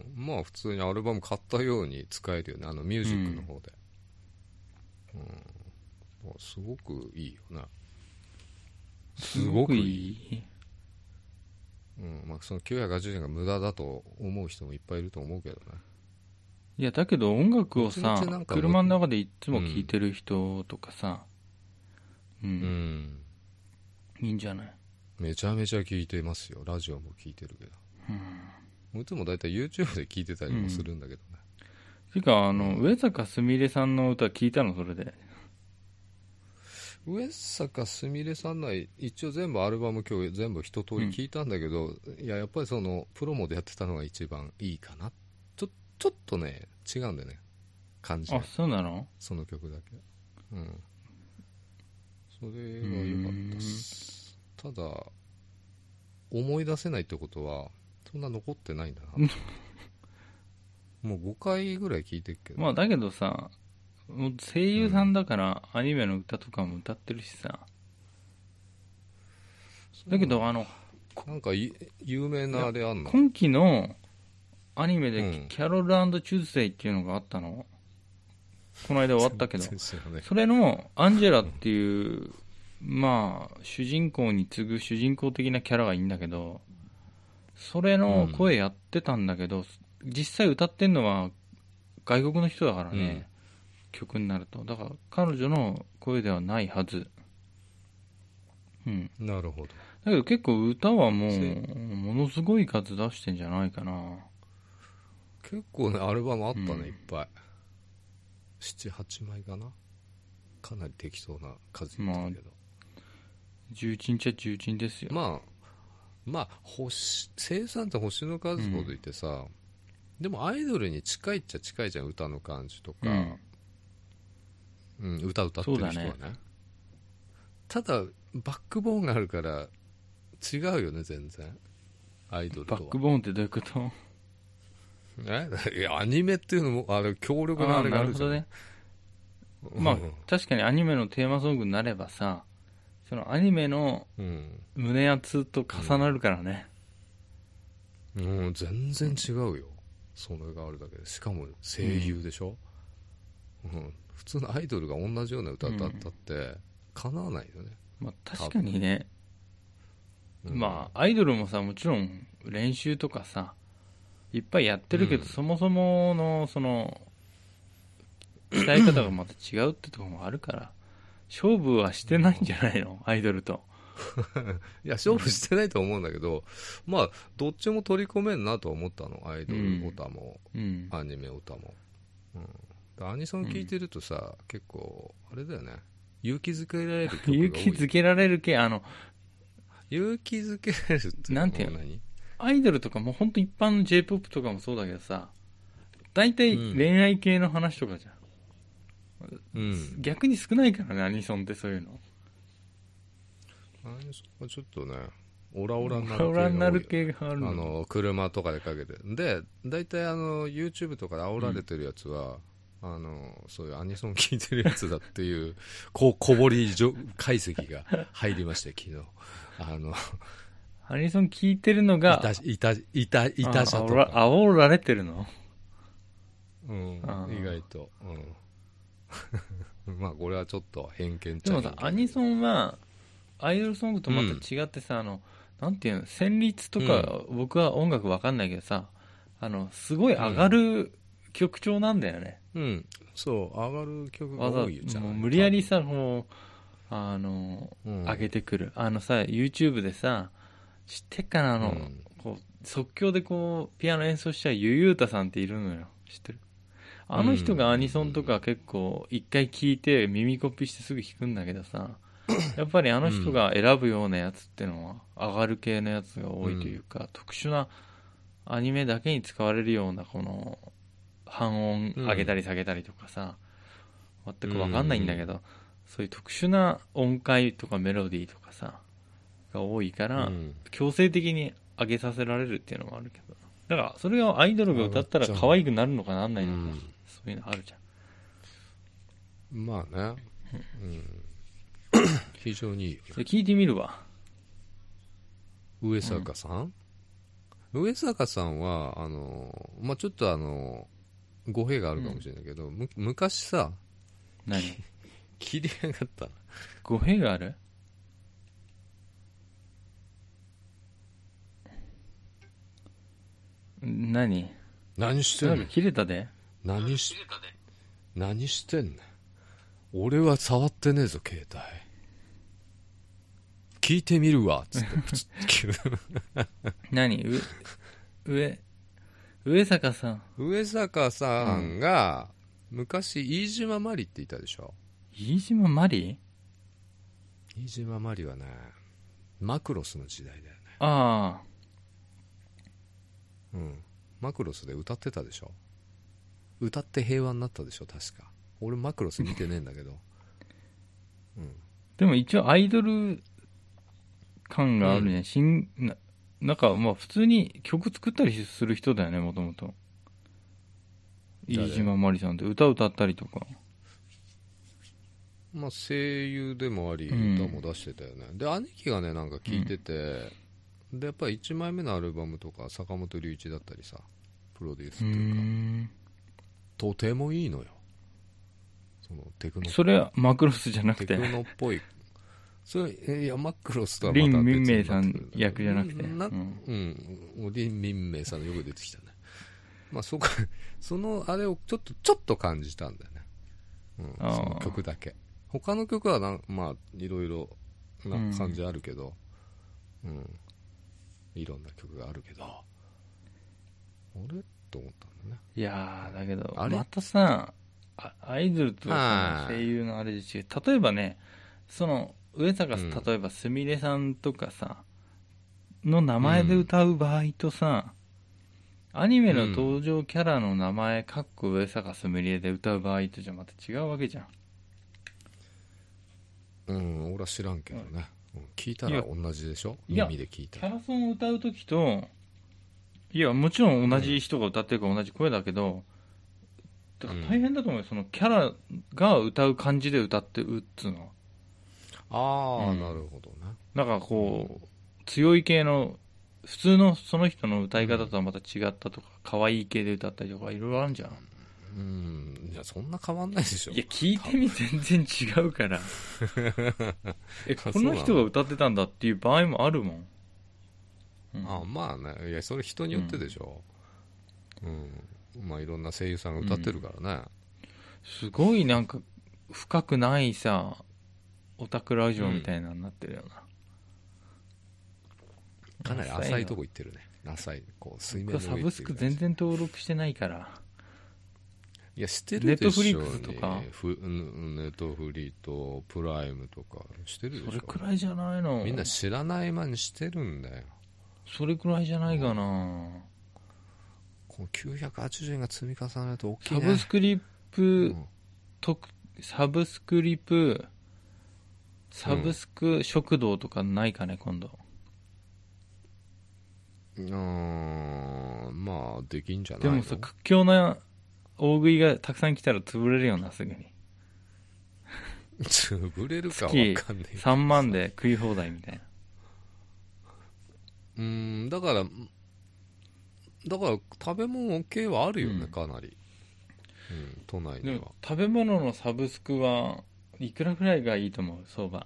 Speaker 2: んまあ普通にアルバム買ったように使えるよねあのミュージックの方でうん、まあすごくいいよねすごくいい
Speaker 1: い
Speaker 2: うんまあ、その980円が無駄だと思う人もいっぱいいると思うけどね
Speaker 1: いやだけど音楽を
Speaker 2: 一
Speaker 1: さ
Speaker 2: 日なんか
Speaker 1: 車の中でいつも聴いてる人とかさうん、
Speaker 2: うん
Speaker 1: いいんじゃない
Speaker 2: めちゃめちゃ聞いてますよラジオも聞いてるけど
Speaker 1: うん
Speaker 2: もういつも大体 YouTube で聞いてたりもするんだけどね、
Speaker 1: ていうかあの上坂すみれさんの歌聞いたのそれで
Speaker 2: 上坂すみれさんのは一応全部アルバム今日全部一通り聞いたんだけど、いややっぱりそのプロモでやってたのが一番いいかなちょちょっとね違うんだよね感じが
Speaker 1: あそうなの
Speaker 2: その曲だけうんそれは良かったっすただ思い出せないってことはそんな残ってないんだな (laughs) もう5回ぐらい聞いてるけど、
Speaker 1: まあだけどさもう声優さんだからアニメの歌とかも歌ってるしさ、だけどあの
Speaker 2: なんかい有名なあれあんの
Speaker 1: 今期のアニメ
Speaker 2: うん
Speaker 1: で「キャロルチューズデイ」っていうのがあったの、この間終わったけ
Speaker 2: (laughs)
Speaker 1: ど
Speaker 2: 全然知らない
Speaker 1: それのアンジェラっていう、まあ、主人公に次ぐ主人公的なキャラがいいんだけど、それの声やってたんだけど、実際歌ってんのは外国の人だからね、曲になると。だから彼女の声ではないはず。うん。
Speaker 2: なるほど
Speaker 1: だけど結構歌はも
Speaker 2: せ
Speaker 1: う、ものすごい数出してんじゃないかな。
Speaker 2: 結構ねアルバムあったね、
Speaker 1: うん
Speaker 2: いっぱい78枚かなかなり適当な数言ってたけど、
Speaker 1: 重鎮っちゃ重鎮ですよ。
Speaker 2: まあ、まあ、星、生産って星の数ほどいてさ、でもアイドルに近いっちゃ近いじゃん、歌の感じとか、
Speaker 1: うん
Speaker 2: うん歌歌ってる人はね
Speaker 1: そうだ
Speaker 2: ただ、バックボーンがあるから、違うよね、全然。アイドルと
Speaker 1: バ
Speaker 2: は
Speaker 1: ックボーンってどういうこと
Speaker 2: えい (laughs) や、アニメっていうのも、あれ、強力なあれがあ
Speaker 1: なる
Speaker 2: る
Speaker 1: ほ
Speaker 2: じゃん。
Speaker 1: どね。
Speaker 2: うん
Speaker 1: まあ、確かにアニメのテーマソングになればさ、そのアニメの
Speaker 2: うん。
Speaker 1: 胸圧と重なるからね。
Speaker 2: うん、全然違うよ。それがあるだけで。しかも声優でしょ、うん普通のアイドルが同じような歌歌ったって、叶わないよね。
Speaker 1: まあ、確かにね、
Speaker 2: うん
Speaker 1: まあ、アイドルもさ、もちろん練習とかさ、いっぱいやってるけど、
Speaker 2: うん
Speaker 1: そもそもの、その、鍛え方がまた違うってところもあるから、勝負はしてないんじゃないのアイドルと。
Speaker 2: いや、勝負してないと思うんだけど、まあ、どっちも取り込めんなと思ったの。アイドル歌も、
Speaker 1: うん。
Speaker 2: アニメ歌も。うん。アニソン聴いてるとさ、結構、あれだ
Speaker 1: (laughs)
Speaker 2: よね。勇気づけられる曲が多い。
Speaker 1: 勇気づけられる系、あの、
Speaker 2: 勇気づけられるっていうのは
Speaker 1: なんていうの
Speaker 2: 何
Speaker 1: アイドルとかもう本当一般の J-POP とかもそうだけどさ、大体
Speaker 2: うん
Speaker 1: 恋愛系の話とかじゃん。
Speaker 2: うん。
Speaker 1: 逆に少ないからね、アニソンってそういうの。
Speaker 2: アニソンはちょっとね、オラオラになる系が多いよね
Speaker 1: オラになる系がある
Speaker 2: あ
Speaker 1: の。
Speaker 2: の車とかでかけてで大体あの YouTube とかで煽られてるやつは、あのそういうアニソン聴いてるやつだっていう (laughs) こう小堀じょ解析が入りまして昨日あの
Speaker 1: アニソン聞いてるの
Speaker 2: い
Speaker 1: が、
Speaker 2: たいたいたいた者
Speaker 1: あ
Speaker 2: と
Speaker 1: 煽ら
Speaker 2: か、
Speaker 1: 煽られてるの
Speaker 2: うん
Speaker 1: あ、ー
Speaker 2: 意外と、うん (laughs) まあこれはちょっと偏見っち
Speaker 1: で
Speaker 2: ゃ
Speaker 1: も
Speaker 2: 偏
Speaker 1: さ、
Speaker 2: 見
Speaker 1: アニソンは、アイドルソングとまた違ってさ、あの、なんていうの、旋律とか、僕は音楽わかんないけどさ、あの、すごい上がる曲調なんだよね。
Speaker 2: うんそう上がる曲が
Speaker 1: わざ
Speaker 2: 多いじゃん
Speaker 1: もう無理やりさ、もう、あの、
Speaker 2: うん
Speaker 1: 上げてくる、あのさ YouTube でさ知ってっかなあの、
Speaker 2: うん
Speaker 1: こう即興でこうピアノ演奏しちゃうゆゆうたさんっているのよ知ってるあの人がアニソンとか結構一回聞いて耳コピしてすぐ弾くんだけど (coughs) さやっぱりあの人が選ぶようなやつってのは上がる系のやつが多いというか、特殊なアニメだけに使われるようなこの半音上げたり下げたりとかさ、全く分かんないんだけど、そういう特殊な音階とかメロディーとかさが多いから、
Speaker 2: うん
Speaker 1: 強制的に上げさせられるっていうのもあるけどだからそれをアイドルが歌ったら可愛くなるのかなんないのか、
Speaker 2: うん
Speaker 1: そういうのあるじゃん
Speaker 2: まあね、うん、 (coughs) 非常にいいよ
Speaker 1: それ聞いてみるわ
Speaker 2: 上坂さん、上坂さんはあの、まあ、ちょっとあの語弊があるかもしれないけど、む昔さ
Speaker 1: 何
Speaker 2: 切り上がった
Speaker 1: 語弊がある何
Speaker 2: 何して
Speaker 1: なん
Speaker 2: ん
Speaker 1: か
Speaker 2: の
Speaker 1: 切れたで
Speaker 2: 何し何してんの俺は触ってねえぞ携帯聞いてみるわつってプチッ切る
Speaker 1: 何う (laughs) 上上坂さん
Speaker 2: 上坂さんが、昔飯島まりっていたでしょ
Speaker 1: 飯島マリ
Speaker 2: 飯島まりはねマクロスの時代だよね
Speaker 1: ああ
Speaker 2: うん、マクロスで歌ってたでしょ歌って平和になったでしょ確か俺マクロス見てねえんだけど
Speaker 1: でも一応アイドル感があるね、新ななんかまあ普通に曲作ったりする人だよねもともと飯島まりさんって歌歌ったりとか
Speaker 2: まあ、声優でもあり
Speaker 1: うん
Speaker 2: 歌も出してたよね、で兄貴がねなんか聴いてて、でやっぱり1枚目のアルバムとか坂本龍一だったりさプロデュースと
Speaker 1: う
Speaker 2: いうか、
Speaker 1: ん
Speaker 2: とてもいいのよそのテクノ
Speaker 1: それはマクロスじゃなく
Speaker 2: テク
Speaker 1: て
Speaker 2: ノっぽいそれえいやマックロスとはまた
Speaker 1: リン・ミン
Speaker 2: 別
Speaker 1: メ
Speaker 2: に
Speaker 1: イさ
Speaker 2: なって
Speaker 1: ん
Speaker 2: くるだろう
Speaker 1: 役じゃなくて
Speaker 2: うんな
Speaker 1: うん
Speaker 2: うん、リン・ミンメイさんのよく出てきたね、まあ、そこ (laughs) そのあれをちょっとちょっと感じたんだよね、う
Speaker 1: あ
Speaker 2: ん、
Speaker 1: ー
Speaker 2: その曲だけ他の曲はなんまあいろいろ
Speaker 1: う
Speaker 2: なん感じあるけど、うんいろんな曲があるけどあれと思ったんだね
Speaker 1: いやーだけど
Speaker 2: あれ
Speaker 1: またさあアイドルとその
Speaker 2: あー
Speaker 1: 声優のあれで違う例えばねその上坂さん、
Speaker 2: うん
Speaker 1: 例えばすみれさんとかさの名前で歌う場合とさ、アニメの登場キャラの名前、かっこ上坂すみれで歌う場合とじゃまた違うわけじゃん
Speaker 2: うん俺は知らんけどね、うん聞いたら同じでしょ
Speaker 1: いや
Speaker 2: 耳で聞い
Speaker 1: キ
Speaker 2: たら
Speaker 1: ャラソンを歌う時といやもちろん同じ人が歌ってるから同じ声だけど、だから大変だと思うよそのキャラが歌う感じで歌ってうっつうのは
Speaker 2: ああ、
Speaker 1: うん
Speaker 2: なるほどね
Speaker 1: なんかこう強い系の普通のその人の歌い方とはまた違ったとか可愛い系で歌ったりとかいろいろあるんじゃん
Speaker 2: うんいやそんな変わんないでしょ
Speaker 1: いや聞いてみ全然違う
Speaker 2: (laughs)
Speaker 1: からえ
Speaker 2: あ
Speaker 1: この人が歌ってたんだっていう場合もあるもん、うん
Speaker 2: あまあねいやそれ人によってでしょ、うんまあいろんな声優さんが歌ってるからね、
Speaker 1: すごいなんか深くないさオタクラジオみたいなのになってるよな、
Speaker 2: かなり浅いとこ行ってるね浅いこう水面
Speaker 1: 僕
Speaker 2: の
Speaker 1: は
Speaker 2: 上
Speaker 1: サブスク全然登録してないから
Speaker 2: いやしてるでしょ
Speaker 1: ネットフリックスとか
Speaker 2: ふうんネットフリーとプライムとかしてるでしょ
Speaker 1: それくらいじゃないの
Speaker 2: みんな知らない間にしてるんだよ
Speaker 1: それくらいじゃないかな、
Speaker 2: この980円が積み重なると大きい
Speaker 1: サ
Speaker 2: ね
Speaker 1: ブスクリ
Speaker 2: う
Speaker 1: プ
Speaker 2: ん
Speaker 1: とサブスクリプサブスク食堂とかないかね今度
Speaker 2: うーんまあできんじゃない
Speaker 1: で
Speaker 2: の
Speaker 1: もさ屈強な大食いがたくさん来たら潰れるよなすぐに
Speaker 2: (laughs) 潰れるかわ
Speaker 1: 月
Speaker 2: かんないけど
Speaker 1: 3万で食い放題みたいな
Speaker 2: うーんだからだから食べ物系はあるよね、
Speaker 1: うん
Speaker 2: かなり、うん、都内
Speaker 1: で
Speaker 2: には
Speaker 1: も食べ物のサブスクはいくらくらいがいいと思う相場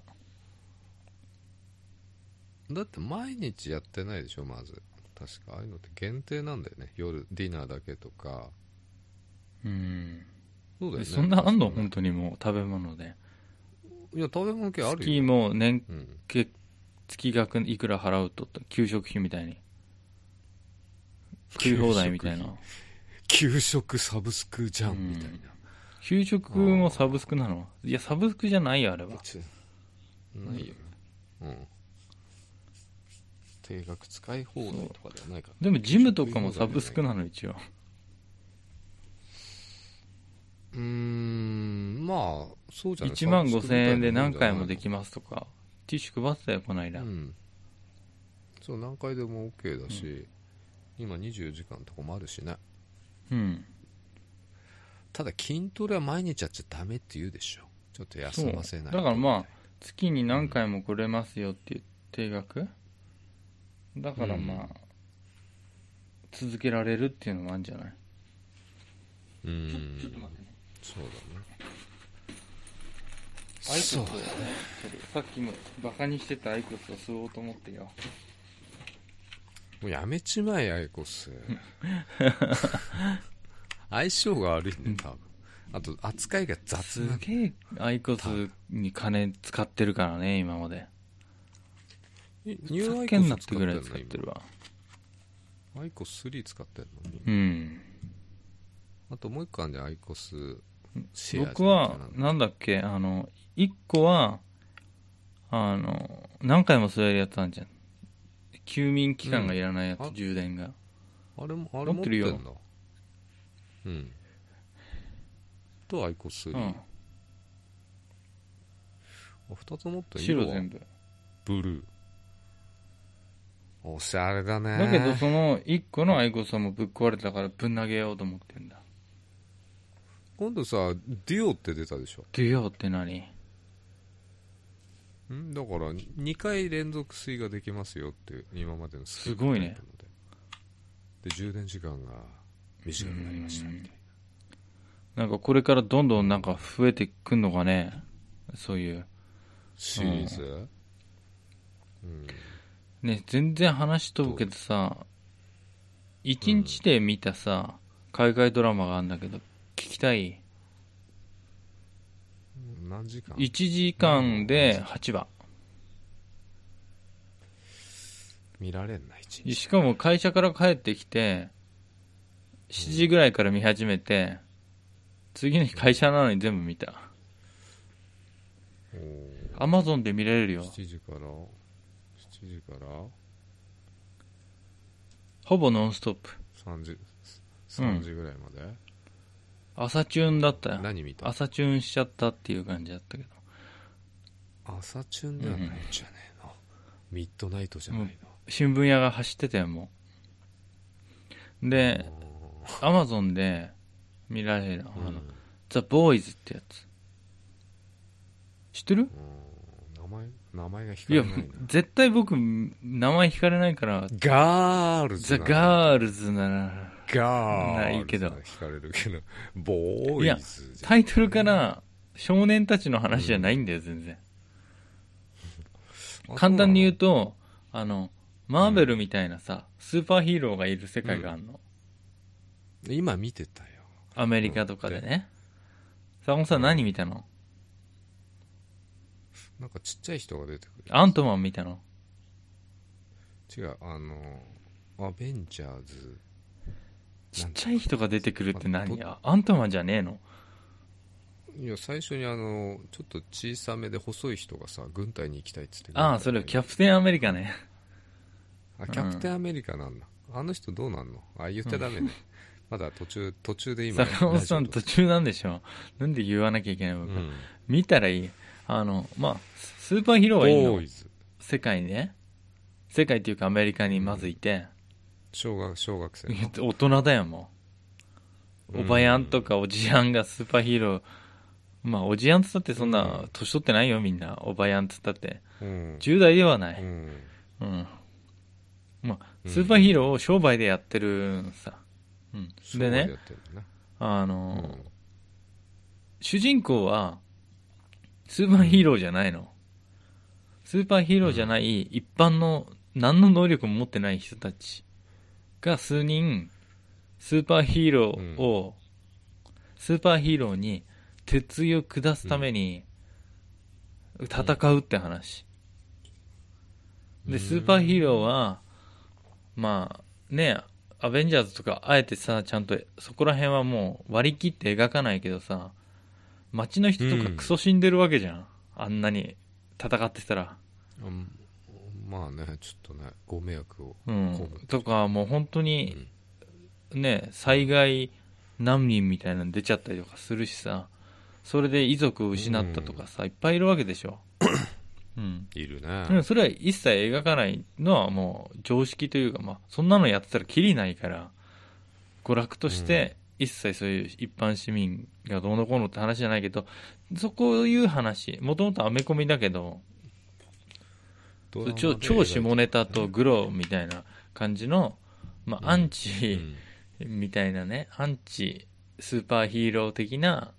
Speaker 2: だって毎日やってないでしょまず確かああいうのって限定なんだよね夜ディナーだけとか
Speaker 1: うん
Speaker 2: そうだよね
Speaker 1: そんなあんの
Speaker 2: 確か
Speaker 1: 本当にもう食べ物で
Speaker 2: いや食べ物系ある
Speaker 1: 月
Speaker 2: よ、
Speaker 1: もう年
Speaker 2: うん、
Speaker 1: 月月額いくら払うとって給食費みたいに食い放題みたいな
Speaker 2: 給食サブスクじゃん、
Speaker 1: うん
Speaker 2: みたいな
Speaker 1: 給食もサブスクなのいやサブスクじゃないよあれは
Speaker 2: ちょないよねうん定額使い放題とかではないから
Speaker 1: でもジムとかもサブスクなの一応
Speaker 2: うーんまあそうじゃない
Speaker 1: 1万5000円で何回も
Speaker 2: き
Speaker 1: できますとかティッシュ配ってたよこの間、
Speaker 2: うん、そう何回でも OK だし、今24時間とかもあるしね
Speaker 1: うん、
Speaker 2: ただ筋トレは毎日やっちゃダメって言うでしょちょっと休ませないと
Speaker 1: そうだからまあ月に何回も来れますよっていう定額だからまあ、
Speaker 2: うん
Speaker 1: 続けられるっていうのもあるんじゃない
Speaker 2: うんそうだね
Speaker 1: アイコス
Speaker 2: そ
Speaker 1: を
Speaker 2: う
Speaker 1: ねさっきもバカにしてたアイコスを吸おうと思ってよ
Speaker 2: もうやめちまえアイ
Speaker 1: (laughs)
Speaker 2: コス相性が悪いね多分あと扱いが雑
Speaker 1: す
Speaker 2: な
Speaker 1: げえアイコスに金使ってるからね今まで
Speaker 2: ニ
Speaker 1: ふざ
Speaker 2: アイ
Speaker 1: け
Speaker 2: コ
Speaker 1: んなっ
Speaker 2: ス
Speaker 1: てぐらい使っ
Speaker 2: ん
Speaker 1: て
Speaker 2: の
Speaker 1: るわ
Speaker 2: 今アイコス3使ってんのに
Speaker 1: うん
Speaker 2: あともう一個あるんじゃんアイコスシェアじゃん
Speaker 1: 僕は
Speaker 2: みたいなの
Speaker 1: なんだっけあの1個はあの何回も吸えるやつあんじゃん休眠期間がいらないやつ、
Speaker 2: うんあ
Speaker 1: 充電が
Speaker 2: あれも、あれ持ってるんだ。うん。と、アイコス
Speaker 1: う
Speaker 2: 3。
Speaker 1: ん
Speaker 2: あ二つ持ってる
Speaker 1: 白全部
Speaker 2: ブルー。おしゃれだね。
Speaker 1: だけどその1個のアイコスはもうぶっ壊れたからぶん投げようと思ってんだ
Speaker 2: 今度さデュオって出たでしょ
Speaker 1: デュオって何
Speaker 2: んだから2回連続水ができますよっていう今までのスキ
Speaker 1: す
Speaker 2: ル
Speaker 1: ごいね
Speaker 2: だったのでで充電時間が短くなりましたみたい
Speaker 1: なんかこれからどんどんなんか増えてくんのかねそういう。
Speaker 2: なシリーズうん
Speaker 1: ね、全然話飛ぶけどさ、一日で見たさ、海外ドラマがあるんだけど、聞きたい。
Speaker 2: 何時間
Speaker 1: 1時間で8話。
Speaker 2: 見られんな一日
Speaker 1: しかも会社から帰ってきて、7時ぐらいから見始めて、次の日会社なのに全部見た。
Speaker 2: おー
Speaker 1: アマゾンで見れるよ。
Speaker 2: 7時から7時から
Speaker 1: ほぼノンストップ。
Speaker 2: 3時3時ぐらいまで、
Speaker 1: 朝チューンだったよ。
Speaker 2: 何見た
Speaker 1: 朝チューンしちゃったっていう感じだったけど。
Speaker 2: 朝チュンではないんじゃねえの、ミッドナイトじゃないの、
Speaker 1: 新聞屋が走ってたよ、もう。で、アマゾンで見られるの、
Speaker 2: うん
Speaker 1: あのザ・ボーイズってやつ知ってる
Speaker 2: うん名前名前が
Speaker 1: い
Speaker 2: 光
Speaker 1: や
Speaker 2: らないな
Speaker 1: 絶対僕名前聞かれないから
Speaker 2: ガールズ
Speaker 1: ザ・
Speaker 2: な
Speaker 1: ガールズなら
Speaker 2: ガールズ
Speaker 1: ないけど
Speaker 2: 聞かれるけどボ
Speaker 1: い
Speaker 2: ー
Speaker 1: や
Speaker 2: イズじゃん
Speaker 1: タイトルから少年たちの話じゃないんだよ全然
Speaker 2: あ
Speaker 1: 簡単に言う
Speaker 2: そ
Speaker 1: とあのマーベルみたいなさスーパーヒーローがいる世界があるの
Speaker 2: うなの今見てたよ
Speaker 1: アメリカとかでね坂本さん何見たの
Speaker 2: なんかちっちゃい人が出てくる
Speaker 1: アントマン見たの
Speaker 2: 違うあのアベンジャーズ
Speaker 1: ちっちゃい人が出てくるって何やアントマンじゃねえの
Speaker 2: いや最初にあのちょっと小さめで細い人がさ軍隊に行きたいっつって
Speaker 1: ああそれキャ
Speaker 2: プ
Speaker 1: プテンアメリカね
Speaker 2: あキャプテンアメリカなんだ、あの人どうなんのあ言っちゃ
Speaker 1: (laughs)
Speaker 2: ダメね、まだ途中途中で今
Speaker 1: 坂本さん
Speaker 2: ラジ
Speaker 1: 途中なんでしょなんで言わなきゃいけない
Speaker 2: オ
Speaker 1: の
Speaker 2: と
Speaker 1: か、
Speaker 2: うん
Speaker 1: 見たらいいあのまあススーパーヒーロー
Speaker 2: ボ
Speaker 1: がいいの
Speaker 2: ーイズ
Speaker 1: 世界にね世界っていうかアメリカにまずいて、
Speaker 2: 小学小学生
Speaker 1: 大人だよも (laughs) うおばやんとかおじやんがスーパーヒーローまあおじやんつったってそん
Speaker 2: う
Speaker 1: なん年取ってないよみんなおばやんつったって
Speaker 2: うん
Speaker 1: 10代ではな
Speaker 2: う
Speaker 1: い
Speaker 2: ん
Speaker 1: うん、まあ
Speaker 2: うん
Speaker 1: スーパーヒーローを商売でやってるんさ、うん、
Speaker 2: そう
Speaker 1: で
Speaker 2: やって
Speaker 1: ね
Speaker 2: るんだな
Speaker 1: あ
Speaker 2: う
Speaker 1: の、
Speaker 2: ん
Speaker 1: 主人公はスーパーヒーローじゃないのスーパーヒーローじゃない一般の何の能力も持ってない人たちが数人スーパーヒーローを、スーパーヒーローに鉄槌を下すために戦うって話、
Speaker 2: うん
Speaker 1: でスーパーヒーローはまあねアベンジャーズとかあえてさちゃんとそこら辺はもう割り切って描かないけどさ街の人とかクソ死んでるわけじゃん、あんなに戦ってたら
Speaker 2: うんまあねちょっとねご迷惑を
Speaker 1: う
Speaker 2: こ
Speaker 1: ん
Speaker 2: う
Speaker 1: とかもう本当
Speaker 2: う
Speaker 1: に
Speaker 2: ん
Speaker 1: ね災害難民みたいなの出ちゃったりとかするしさそれで遺族を失ったとかさ、いっぱいいるわけでし
Speaker 2: (clears throat)
Speaker 1: ょうん
Speaker 2: いる
Speaker 1: でも
Speaker 2: ね
Speaker 1: それは一切描かないのはもう常識というか、まあ、そんなのやってたらきりないから娯楽として一切そういう一般市民がどうのこうのって話じゃないけどそこいう話もともとアメコミだけど
Speaker 2: ドラマで
Speaker 1: 超超下ネタとグロみたいな感じの、まあ、アン
Speaker 2: う
Speaker 1: チ
Speaker 2: ん
Speaker 1: みたいなね、アンチスーパーヒーロー的な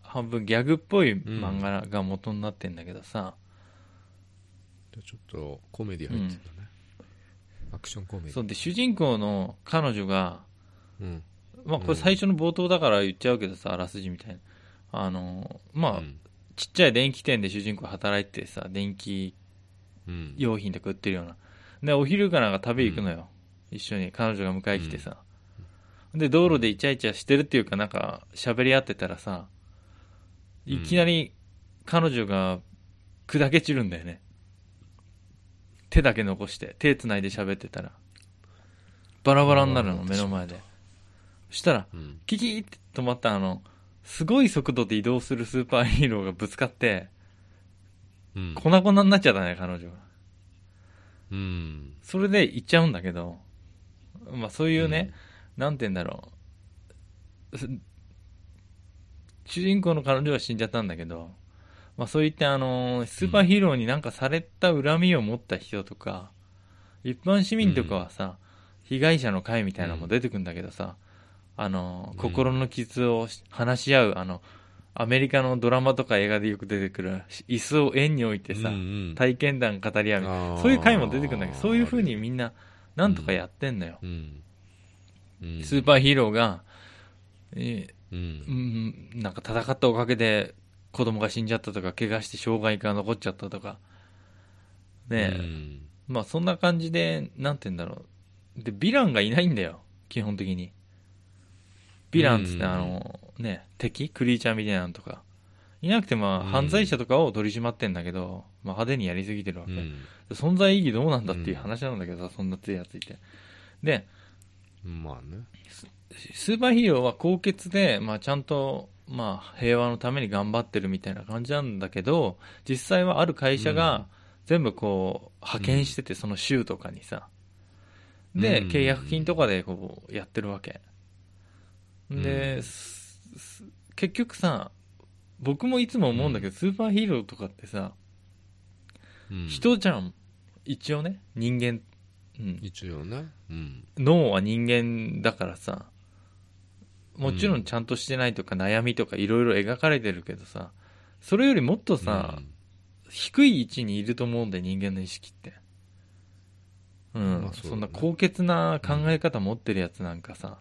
Speaker 1: 半分ギャグっぽい漫画が元になってんだけどさ、
Speaker 2: じゃあちょっとコメディ入ってるんだねアクションコメディ
Speaker 1: そうで主人公の彼女が
Speaker 2: うん
Speaker 1: まあ、これ最初の冒頭だから言っちゃうけどさ、あらすじみたいな。あの、まあ
Speaker 2: う、ん
Speaker 1: ちっちゃい電気店で主人公働いててさ、電気
Speaker 2: うん
Speaker 1: 用品とか売ってるような。で、お昼かなんか食べ行くのよ。一緒に彼女が迎え来てさ。で、道路でイチャイチャしてるっていうか、なんか喋り合ってたらさ、いきなり彼女が砕け散るんだよね。手だけ残して、手繋いで喋ってたら。バラバラになるの、
Speaker 2: あー
Speaker 1: 目の前で。そしたら、
Speaker 2: うん
Speaker 1: キキーって止まったあの、すごい速度で移動するスーパーヒーローがぶつかって、
Speaker 2: うん
Speaker 1: 粉々になっちゃったね、彼女が。
Speaker 2: うん
Speaker 1: それで行っちゃうんだけど、まあそういうね、なんて言うんだろう、す主人公の彼女は死んじゃったんだけど、まあ、そういったあのスーパーヒーローになんかされた恨みを持った人とか、一般市民とかはさ、被害者の会みたいなのも出てくるんだけどさ、あの
Speaker 2: うん
Speaker 1: 心の傷をし話し合うあのアメリカのドラマとか映画でよく出てくる椅子を円に置いてさ、
Speaker 2: うん
Speaker 1: 体験談語り合うみたい
Speaker 2: あ
Speaker 1: な
Speaker 2: ー
Speaker 1: そういう回も出てくるんだけどそういう風
Speaker 2: あ
Speaker 1: にみんななんとかやってんのよ、
Speaker 2: うんうん
Speaker 1: スーパーヒーローが、えー
Speaker 2: うん
Speaker 1: うん、なんか戦ったおかげで子供が死んじゃったとか怪我して障害が残っちゃったとかねえ、
Speaker 2: うん
Speaker 1: まあそんな感じでなんて言うんだろうでヴィランがいないんだよ基本的にヴィランっつって
Speaker 2: うん
Speaker 1: あの、ね敵クリーチャーみたいなのとかいなくてまあ
Speaker 2: うん
Speaker 1: 犯罪者とかを取り締まってんだけど、まあ、派手にやりすぎてるわ
Speaker 2: う
Speaker 1: け、
Speaker 2: ん
Speaker 1: 存在意義どうなんだっていう話なんだけどさ、そんな強いやついてで
Speaker 2: まあね
Speaker 1: スーパーヒーローは高潔で、まあ、ちゃんと、まあ、平和のために頑張ってるみたいな感じなんだけど実際はある会社
Speaker 2: うん
Speaker 1: が全部こう派遣してて、その州とかにさで、
Speaker 2: うん
Speaker 1: 契約金とかでこうやってるわけで、
Speaker 2: うん
Speaker 1: すす結局さ僕もいつも思うんだけど、スーパーヒーローとかってさ
Speaker 2: うん
Speaker 1: 人じゃん一応ね人間、うん、
Speaker 2: 一応ねうん
Speaker 1: 脳は人間だからさもちろんちゃんとしてないとか悩みとかいろいろ描かれてるけどさそれよりもっとさ、低い位置にいると思うんだよ人間の意識ってうん、
Speaker 2: まあそうだ
Speaker 1: そ
Speaker 2: ね
Speaker 1: んな高潔な考え方持ってるやつなんかさ、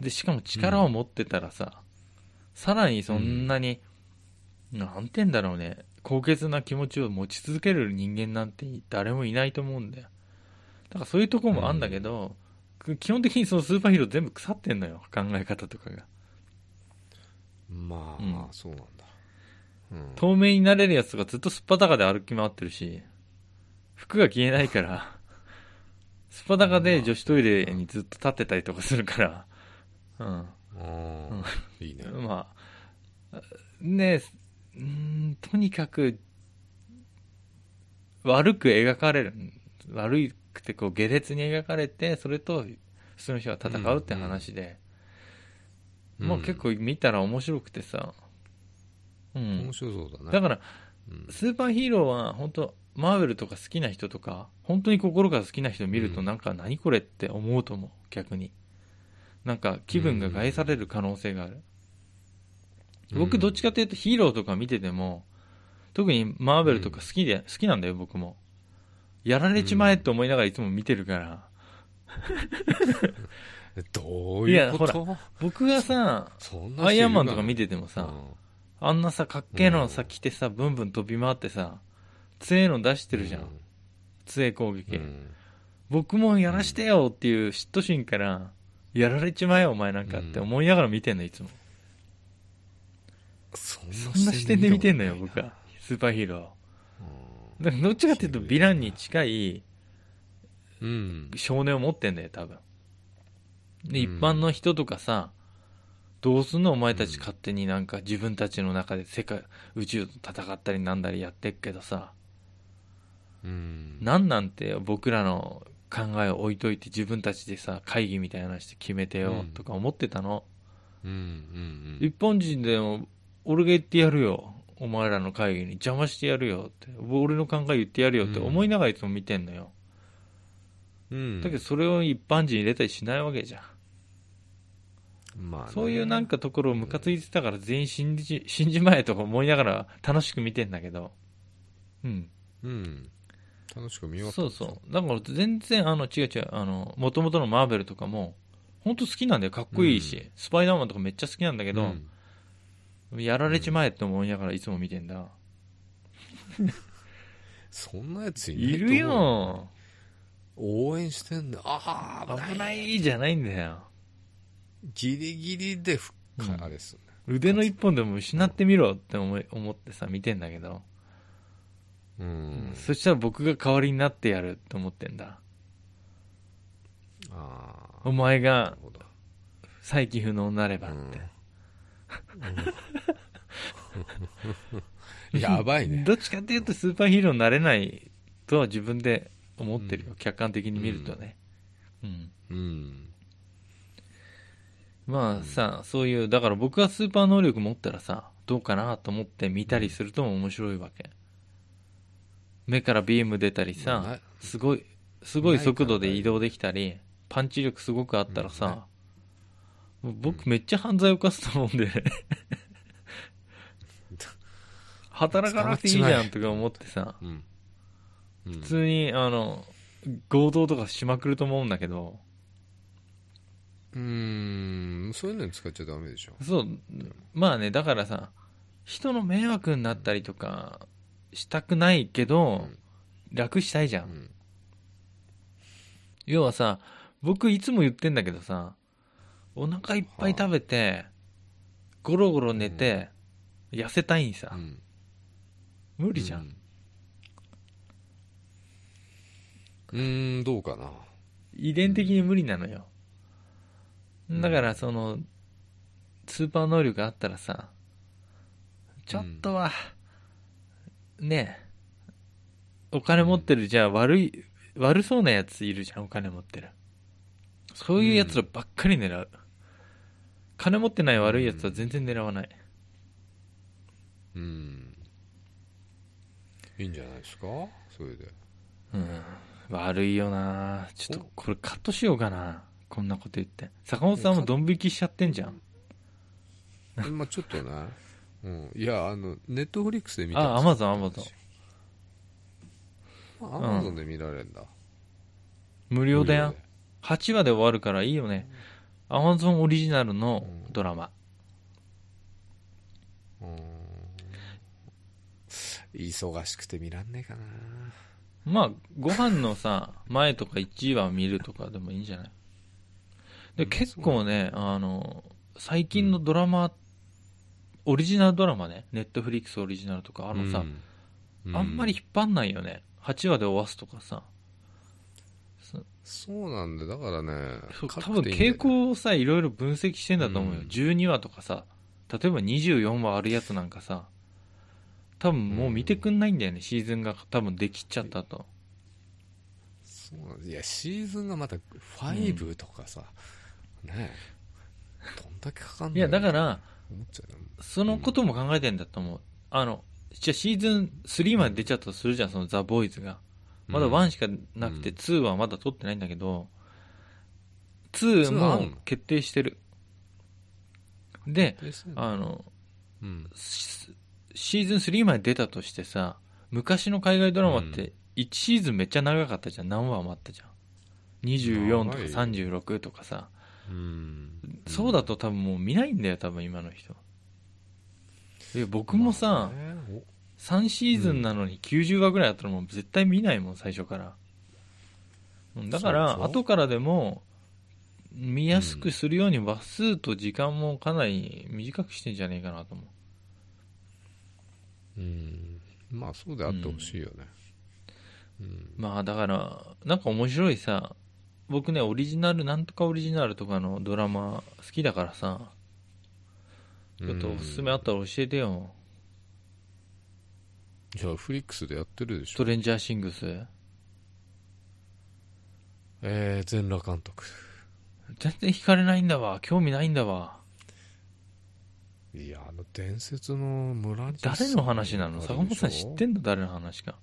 Speaker 1: でしかも力を持ってたらさ、さらにそんなに、なんて言うんだろうね高潔な気持ちを持ち続ける人間なんて誰もいないと思うんだよだからそういうとこもあんだけど、く基本的にそのスーパーヒーロー全部腐ってんのよ考え方とかが
Speaker 2: うんまあ
Speaker 1: うん
Speaker 2: まあそうなんだうん
Speaker 1: 透明になれるやつとかずっとすっぱだかで歩き回ってるし服が消えないからすっぱだかで女子トイレにずっと立ってたりとかするから
Speaker 2: あーいいね
Speaker 1: うんまあねえうんとにかく悪く描かれる悪くてこう下劣に描かれてそれと普通の人が戦うって話で、
Speaker 2: うん
Speaker 1: まあ、結構見たら面白くてさ、うん
Speaker 2: 面白そうだね
Speaker 1: だから
Speaker 2: うん
Speaker 1: スーパーヒーローは本当マーベルとか好きな人とか本当に心から好きな人を見ると
Speaker 2: うん
Speaker 1: なんか何これって思うと思う逆になんか気分が害される可能性がある、
Speaker 2: うん
Speaker 1: 僕どっちかというとヒーローとか見てても特にマーベルとか好きで、好きなんだよ僕もやられちまえと思いながらいつも見てるから、
Speaker 2: えどういうこと
Speaker 1: いや僕がさ
Speaker 2: そんな人いる
Speaker 1: アイアンマンとか見ててもさ、
Speaker 2: うん
Speaker 1: あんなさかっけえのさ
Speaker 2: うん
Speaker 1: 着てさブンブン飛び回ってさ強えの出してるじゃん、
Speaker 2: うん
Speaker 1: 強え攻撃、
Speaker 2: うん
Speaker 1: 僕もやらしてよっていう嫉妬心から、やられちまえよお前なんかって思いながら見てんの、いつも。
Speaker 2: そ
Speaker 1: そんな視点で見てんのよ、
Speaker 2: 見
Speaker 1: 僕
Speaker 2: たことない
Speaker 1: は。スーパーヒーロ
Speaker 2: な
Speaker 1: ー。だからどっちかっていうと、ヴィランに近い
Speaker 2: うん
Speaker 1: 少年を持ってんだよ、多分。で、一
Speaker 2: うん
Speaker 1: 般の人とかさ、どうすんのお前たち勝手になんか自分たちの中で世界、宇宙と戦ったりなんだりやってっけどさ、
Speaker 2: うん
Speaker 1: なんなんて僕らの考えを置いといて自分たちでさ、会議みたいなのして決めてよとか思ってたの。
Speaker 2: うんうんうん
Speaker 1: 一般人でも俺が言ってやるよお前らの会議に邪魔してやるよって俺の考え言ってやるよって思いながらいつも見てんのよ、
Speaker 2: うん
Speaker 1: だけどそれを一般人入れたりしないわけじゃん、
Speaker 2: まあね
Speaker 1: そういうなんかところをムカついてたから全員信じ信じまえとか思いながら楽しく見てんだけどうん
Speaker 2: うん楽しく見よう
Speaker 1: そうそうだから全然あの違う違うあの元々のマーベルとかも本当好きなんだよかっこいいし、
Speaker 2: うん
Speaker 1: スパイダーマンとかめっちゃ好きなんだけ
Speaker 2: け
Speaker 1: ど、やられちまえって思いながらいつも見てんだ、
Speaker 2: そんなやついない
Speaker 1: い
Speaker 2: と
Speaker 1: る
Speaker 2: 思う
Speaker 1: よ
Speaker 2: 応援してんだああ
Speaker 1: 危ないじゃないんだよ
Speaker 2: ギリギリで復活、
Speaker 1: うん
Speaker 2: あれっすね
Speaker 1: 腕の一本でも失ってみろって思い思ってさ見てんだけど、
Speaker 2: うん
Speaker 1: そしたら僕が代わりになってやると思ってんだ
Speaker 2: ああ
Speaker 1: お前
Speaker 2: な
Speaker 1: が
Speaker 2: るほど
Speaker 1: 再起不能になればって、
Speaker 2: (laughs) や
Speaker 1: (laughs)
Speaker 2: ばいね
Speaker 1: どっちかっていうとスーパーヒーローになれないとは自分で思ってるよ、客観的に見るとねうん、
Speaker 2: うん
Speaker 1: まあさ、そういう、だから僕がスーパー能力持ったらさ、どうかなと思って見たりするとも面白いわけ。目からビーム出たり
Speaker 2: まあな
Speaker 1: さ、すごい、すごい速度で移動できたり、パンチ力すごくあったらさ、もう僕めっちゃ犯罪犯すと思うんで、 (laughs) 働かなくていいじゃんとか思ってさ、
Speaker 2: うんうん
Speaker 1: 普通に、あの、強盗とかしまくると思うんだけど、
Speaker 2: うーんそういうのに使っちゃダメでしょ
Speaker 1: そう、まあね、だからさ、人の迷惑になったりとかしたくないけど、楽したいじゃ。
Speaker 2: うんん
Speaker 1: 要はさ、僕いつも言ってんだけどさ、お腹いっぱい食べて、ゴロゴロ寝て、痩せたいんさ
Speaker 2: う、ん
Speaker 1: 無理じゃん。
Speaker 2: うんうーんどうかな
Speaker 1: 遺伝的に無理なのよ。
Speaker 2: ん
Speaker 1: だから、その、スーパー能力あったらさ、ちょっとは、ねえ、お金持ってるじゃあ悪い、悪そうなやついるじゃん、お金持ってる。そういうやつらばっかり狙う。金持ってない悪いやつは全然狙わない。
Speaker 2: うんいいんじゃないですかそれで
Speaker 1: うん。悪いよなちょっとこれカットしようかな。こんなこと言って。坂本さんもドン引きしちゃってんじゃん。
Speaker 2: まあちょっとね、うん、いやあのネットフリックスで見た
Speaker 1: あ、アマゾン、アマゾン。
Speaker 2: ンアマゾンで見られるんだ
Speaker 1: 無料だよ。8話で終わるからいいよね。アマゾンオリジナルのドラマ。
Speaker 2: 無料でうん忙しくて見らんねえかな
Speaker 1: まあ、ご飯のさ、前とか1話見るとかでもいいんじゃないで、
Speaker 2: うん
Speaker 1: 結構ね、あの、最近のドラマ、オリジナルドラマね、ネットフリックスオリジナルとか、あのさ、
Speaker 2: う
Speaker 1: あんまり引っ張んないよね。8話で終わすとかさ。そ
Speaker 2: そうなんでだからね
Speaker 1: そう
Speaker 2: 各
Speaker 1: 多分
Speaker 2: 店員
Speaker 1: 傾
Speaker 2: で
Speaker 1: 向をさ、いろいろ分析してんだと思うよ。
Speaker 2: うん
Speaker 1: 12話とかさ、例えば24話あるやつなんかさ、多分もう見てくんないんだよね、シーズンが多分できちゃったと。
Speaker 2: そうなんですいやシーズンがまた5とかさ、ねえどんだけかかんの
Speaker 1: いや、だから、
Speaker 2: 思っちゃうな
Speaker 1: そのことも考えてんだと思う。あの、じゃあシーズン3まで出ちゃったとするじゃん、そのザ・ボーイズが。まだ
Speaker 2: うん
Speaker 1: 1しかなくて、
Speaker 2: うん
Speaker 1: 2はまだ撮ってないんだけど、2
Speaker 2: 2あん
Speaker 1: も
Speaker 2: の
Speaker 1: 決定してる。で、
Speaker 2: ですよね
Speaker 1: あの、
Speaker 2: うん
Speaker 1: シシーズン3まで出たとしてさ昔の海外ドラマっ
Speaker 2: う
Speaker 1: て1シーズンめっちゃ長かったじゃん何話もあったじゃん24とか36とかさ
Speaker 2: うん
Speaker 1: そうだと多分もう見ないんだよ多分今の人で僕
Speaker 2: うん
Speaker 1: もさ
Speaker 2: まあね
Speaker 1: 3シーズンなのに90話ぐらいあったらもう絶対見ないもん最初からうんだか
Speaker 2: そう
Speaker 1: ら
Speaker 2: でしょ
Speaker 1: 後からでも見やすくするように話数と時間もかなり短くしてんじゃねえかなと思う
Speaker 2: おうんまあそうであってほしいよねうん
Speaker 1: まあだからなんか面白いさ僕ねオリジナルなんとかオリジナルとかのドラマ好きだからさちょっとおすすめあったら教えてよ、
Speaker 2: じゃあフリックスでやってるで
Speaker 1: ス
Speaker 2: し
Speaker 1: ト
Speaker 2: ょ
Speaker 1: レンジャーシングス
Speaker 2: えー、全裸監督
Speaker 1: 全然惹かれないんだわ興味ないんだわ
Speaker 2: いやあの伝説の村人
Speaker 1: 誰の話なの坂本さん知って
Speaker 2: ん
Speaker 1: んの誰の話か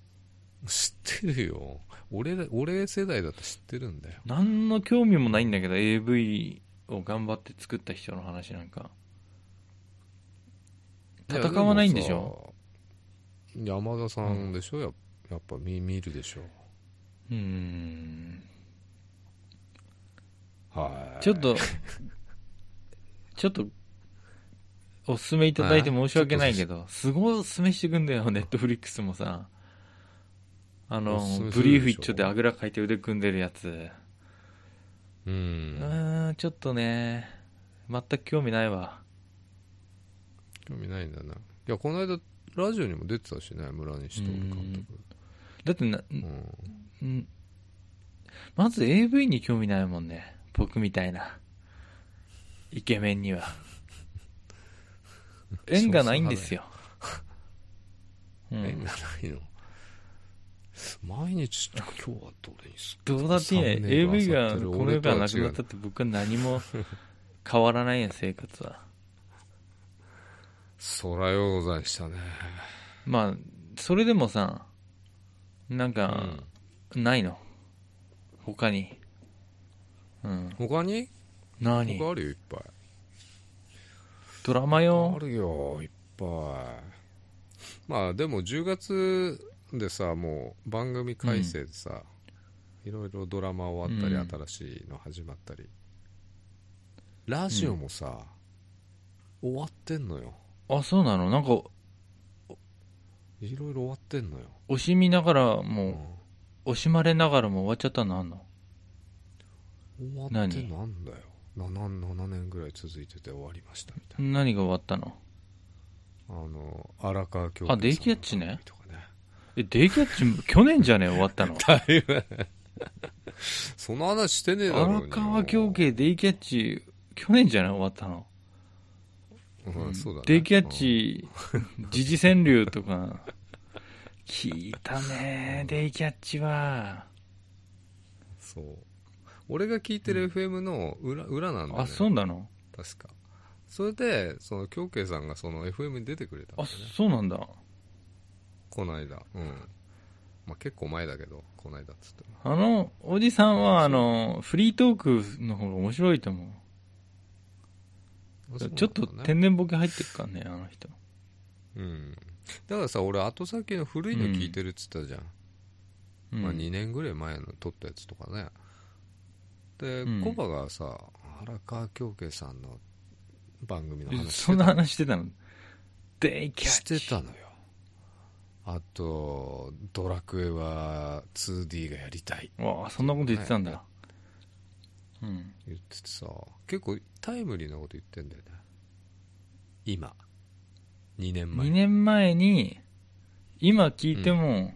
Speaker 2: 知ってるよ俺ら俺世代だと知ってるんだよ
Speaker 1: 何の興味もないんだけど AV を頑張って作った人の話なんか戦わないんでしょ
Speaker 2: いやでもさ山田さんでしょ、やっやっぱ見見るでしょ
Speaker 1: うーん
Speaker 2: はい
Speaker 1: ちょっと、ちょっと、おすすめいただいて申し訳ないけど、すごいおすすめしてくんだよ、ネットフリックスもさ。あの
Speaker 2: おすすめ、す
Speaker 1: ブ
Speaker 2: るでしょ
Speaker 1: リーフ一丁であぐらかいて腕組んでるやつ。う
Speaker 2: う
Speaker 1: んーん、ちょっとね、全く興味ないわ。
Speaker 2: 興味ないんだないやこの間ラジオにも出てたしね村西徹監
Speaker 1: だってな、
Speaker 2: 督うん
Speaker 1: んまず AV に興味ないもんね。僕みたいな。イケメンには。縁がないんですよ。うん
Speaker 2: 縁がないの毎日今日はどれにする
Speaker 1: どうだっていいね
Speaker 2: サムネイル
Speaker 1: AV が
Speaker 2: 漁って
Speaker 1: こ
Speaker 2: る
Speaker 1: の世
Speaker 2: 俺と
Speaker 1: か
Speaker 2: は違う
Speaker 1: らなくなったって僕は何も変わらないやん生活は
Speaker 2: そらようございしたね
Speaker 1: まあそれでもさなん
Speaker 2: う
Speaker 1: か、
Speaker 2: ん
Speaker 1: ないの他にうん
Speaker 2: 他に
Speaker 1: 何
Speaker 2: 他あるよいっぱい
Speaker 1: ドラマ
Speaker 2: あ
Speaker 1: よ
Speaker 2: るよいっぱいまあでも10月でさもう番組改正でさ、いろいろドラマ終わったり、
Speaker 1: うん
Speaker 2: 新しいの始まったりラジオもさ、終わってんのよ
Speaker 1: あそうなのなんか
Speaker 2: いろいろ終わってんのよ、
Speaker 1: 惜しみながら
Speaker 2: う
Speaker 1: も
Speaker 2: ん
Speaker 1: う惜しまれながらも終わっちゃったのあんの
Speaker 2: 終わってなんだよ 7, 7年ぐらい続いてて終わりましたみたいな、
Speaker 1: 何が終わったの
Speaker 2: あの荒川京子
Speaker 1: あデイキャッチね
Speaker 2: とかね
Speaker 1: えデイキャッチ去年じゃねえ終わったの
Speaker 2: (laughs) その話してねえだろうに
Speaker 1: 荒川京慶デイキャッチ去年じゃない終わったの、
Speaker 2: うん、そうだね
Speaker 1: デイキャッチ、時事川柳と
Speaker 2: (laughs)
Speaker 1: か聞いたねデイキャッチは
Speaker 2: そう俺が聞いてる FM の裏,、裏なんだよ、ね、
Speaker 1: あそうなの
Speaker 2: 確かそれでその京慶さんがその FM に出てくれたんだ
Speaker 1: あ
Speaker 2: よね
Speaker 1: そうなんだ
Speaker 2: この間うんまあ結構前だけどこの間っつっても
Speaker 1: あのおじさんはあのフリートークの方が面白いと思
Speaker 2: あ
Speaker 1: う
Speaker 2: そうなんだね
Speaker 1: ちょっと天然ボケ入ってるからねあの人
Speaker 2: うんだからさ俺後先の古いの聞いてるっつったじゃん、
Speaker 1: うん
Speaker 2: まあ、2年ぐらい前の撮ったやつとかねで、
Speaker 1: うん
Speaker 2: コバがさ荒川京慶さんの番組の話してたの
Speaker 1: そんな話してたのデイキャ
Speaker 2: し
Speaker 1: ッ
Speaker 2: て
Speaker 1: チ
Speaker 2: たのよあと「ドラクエは 2D がやりたい
Speaker 1: わあそんなこと言ってたんだ、
Speaker 2: ね
Speaker 1: うん」
Speaker 2: 言っててさ結構タイムリーなこと言ってんだよね今2年前
Speaker 1: 2年前に今聞いても、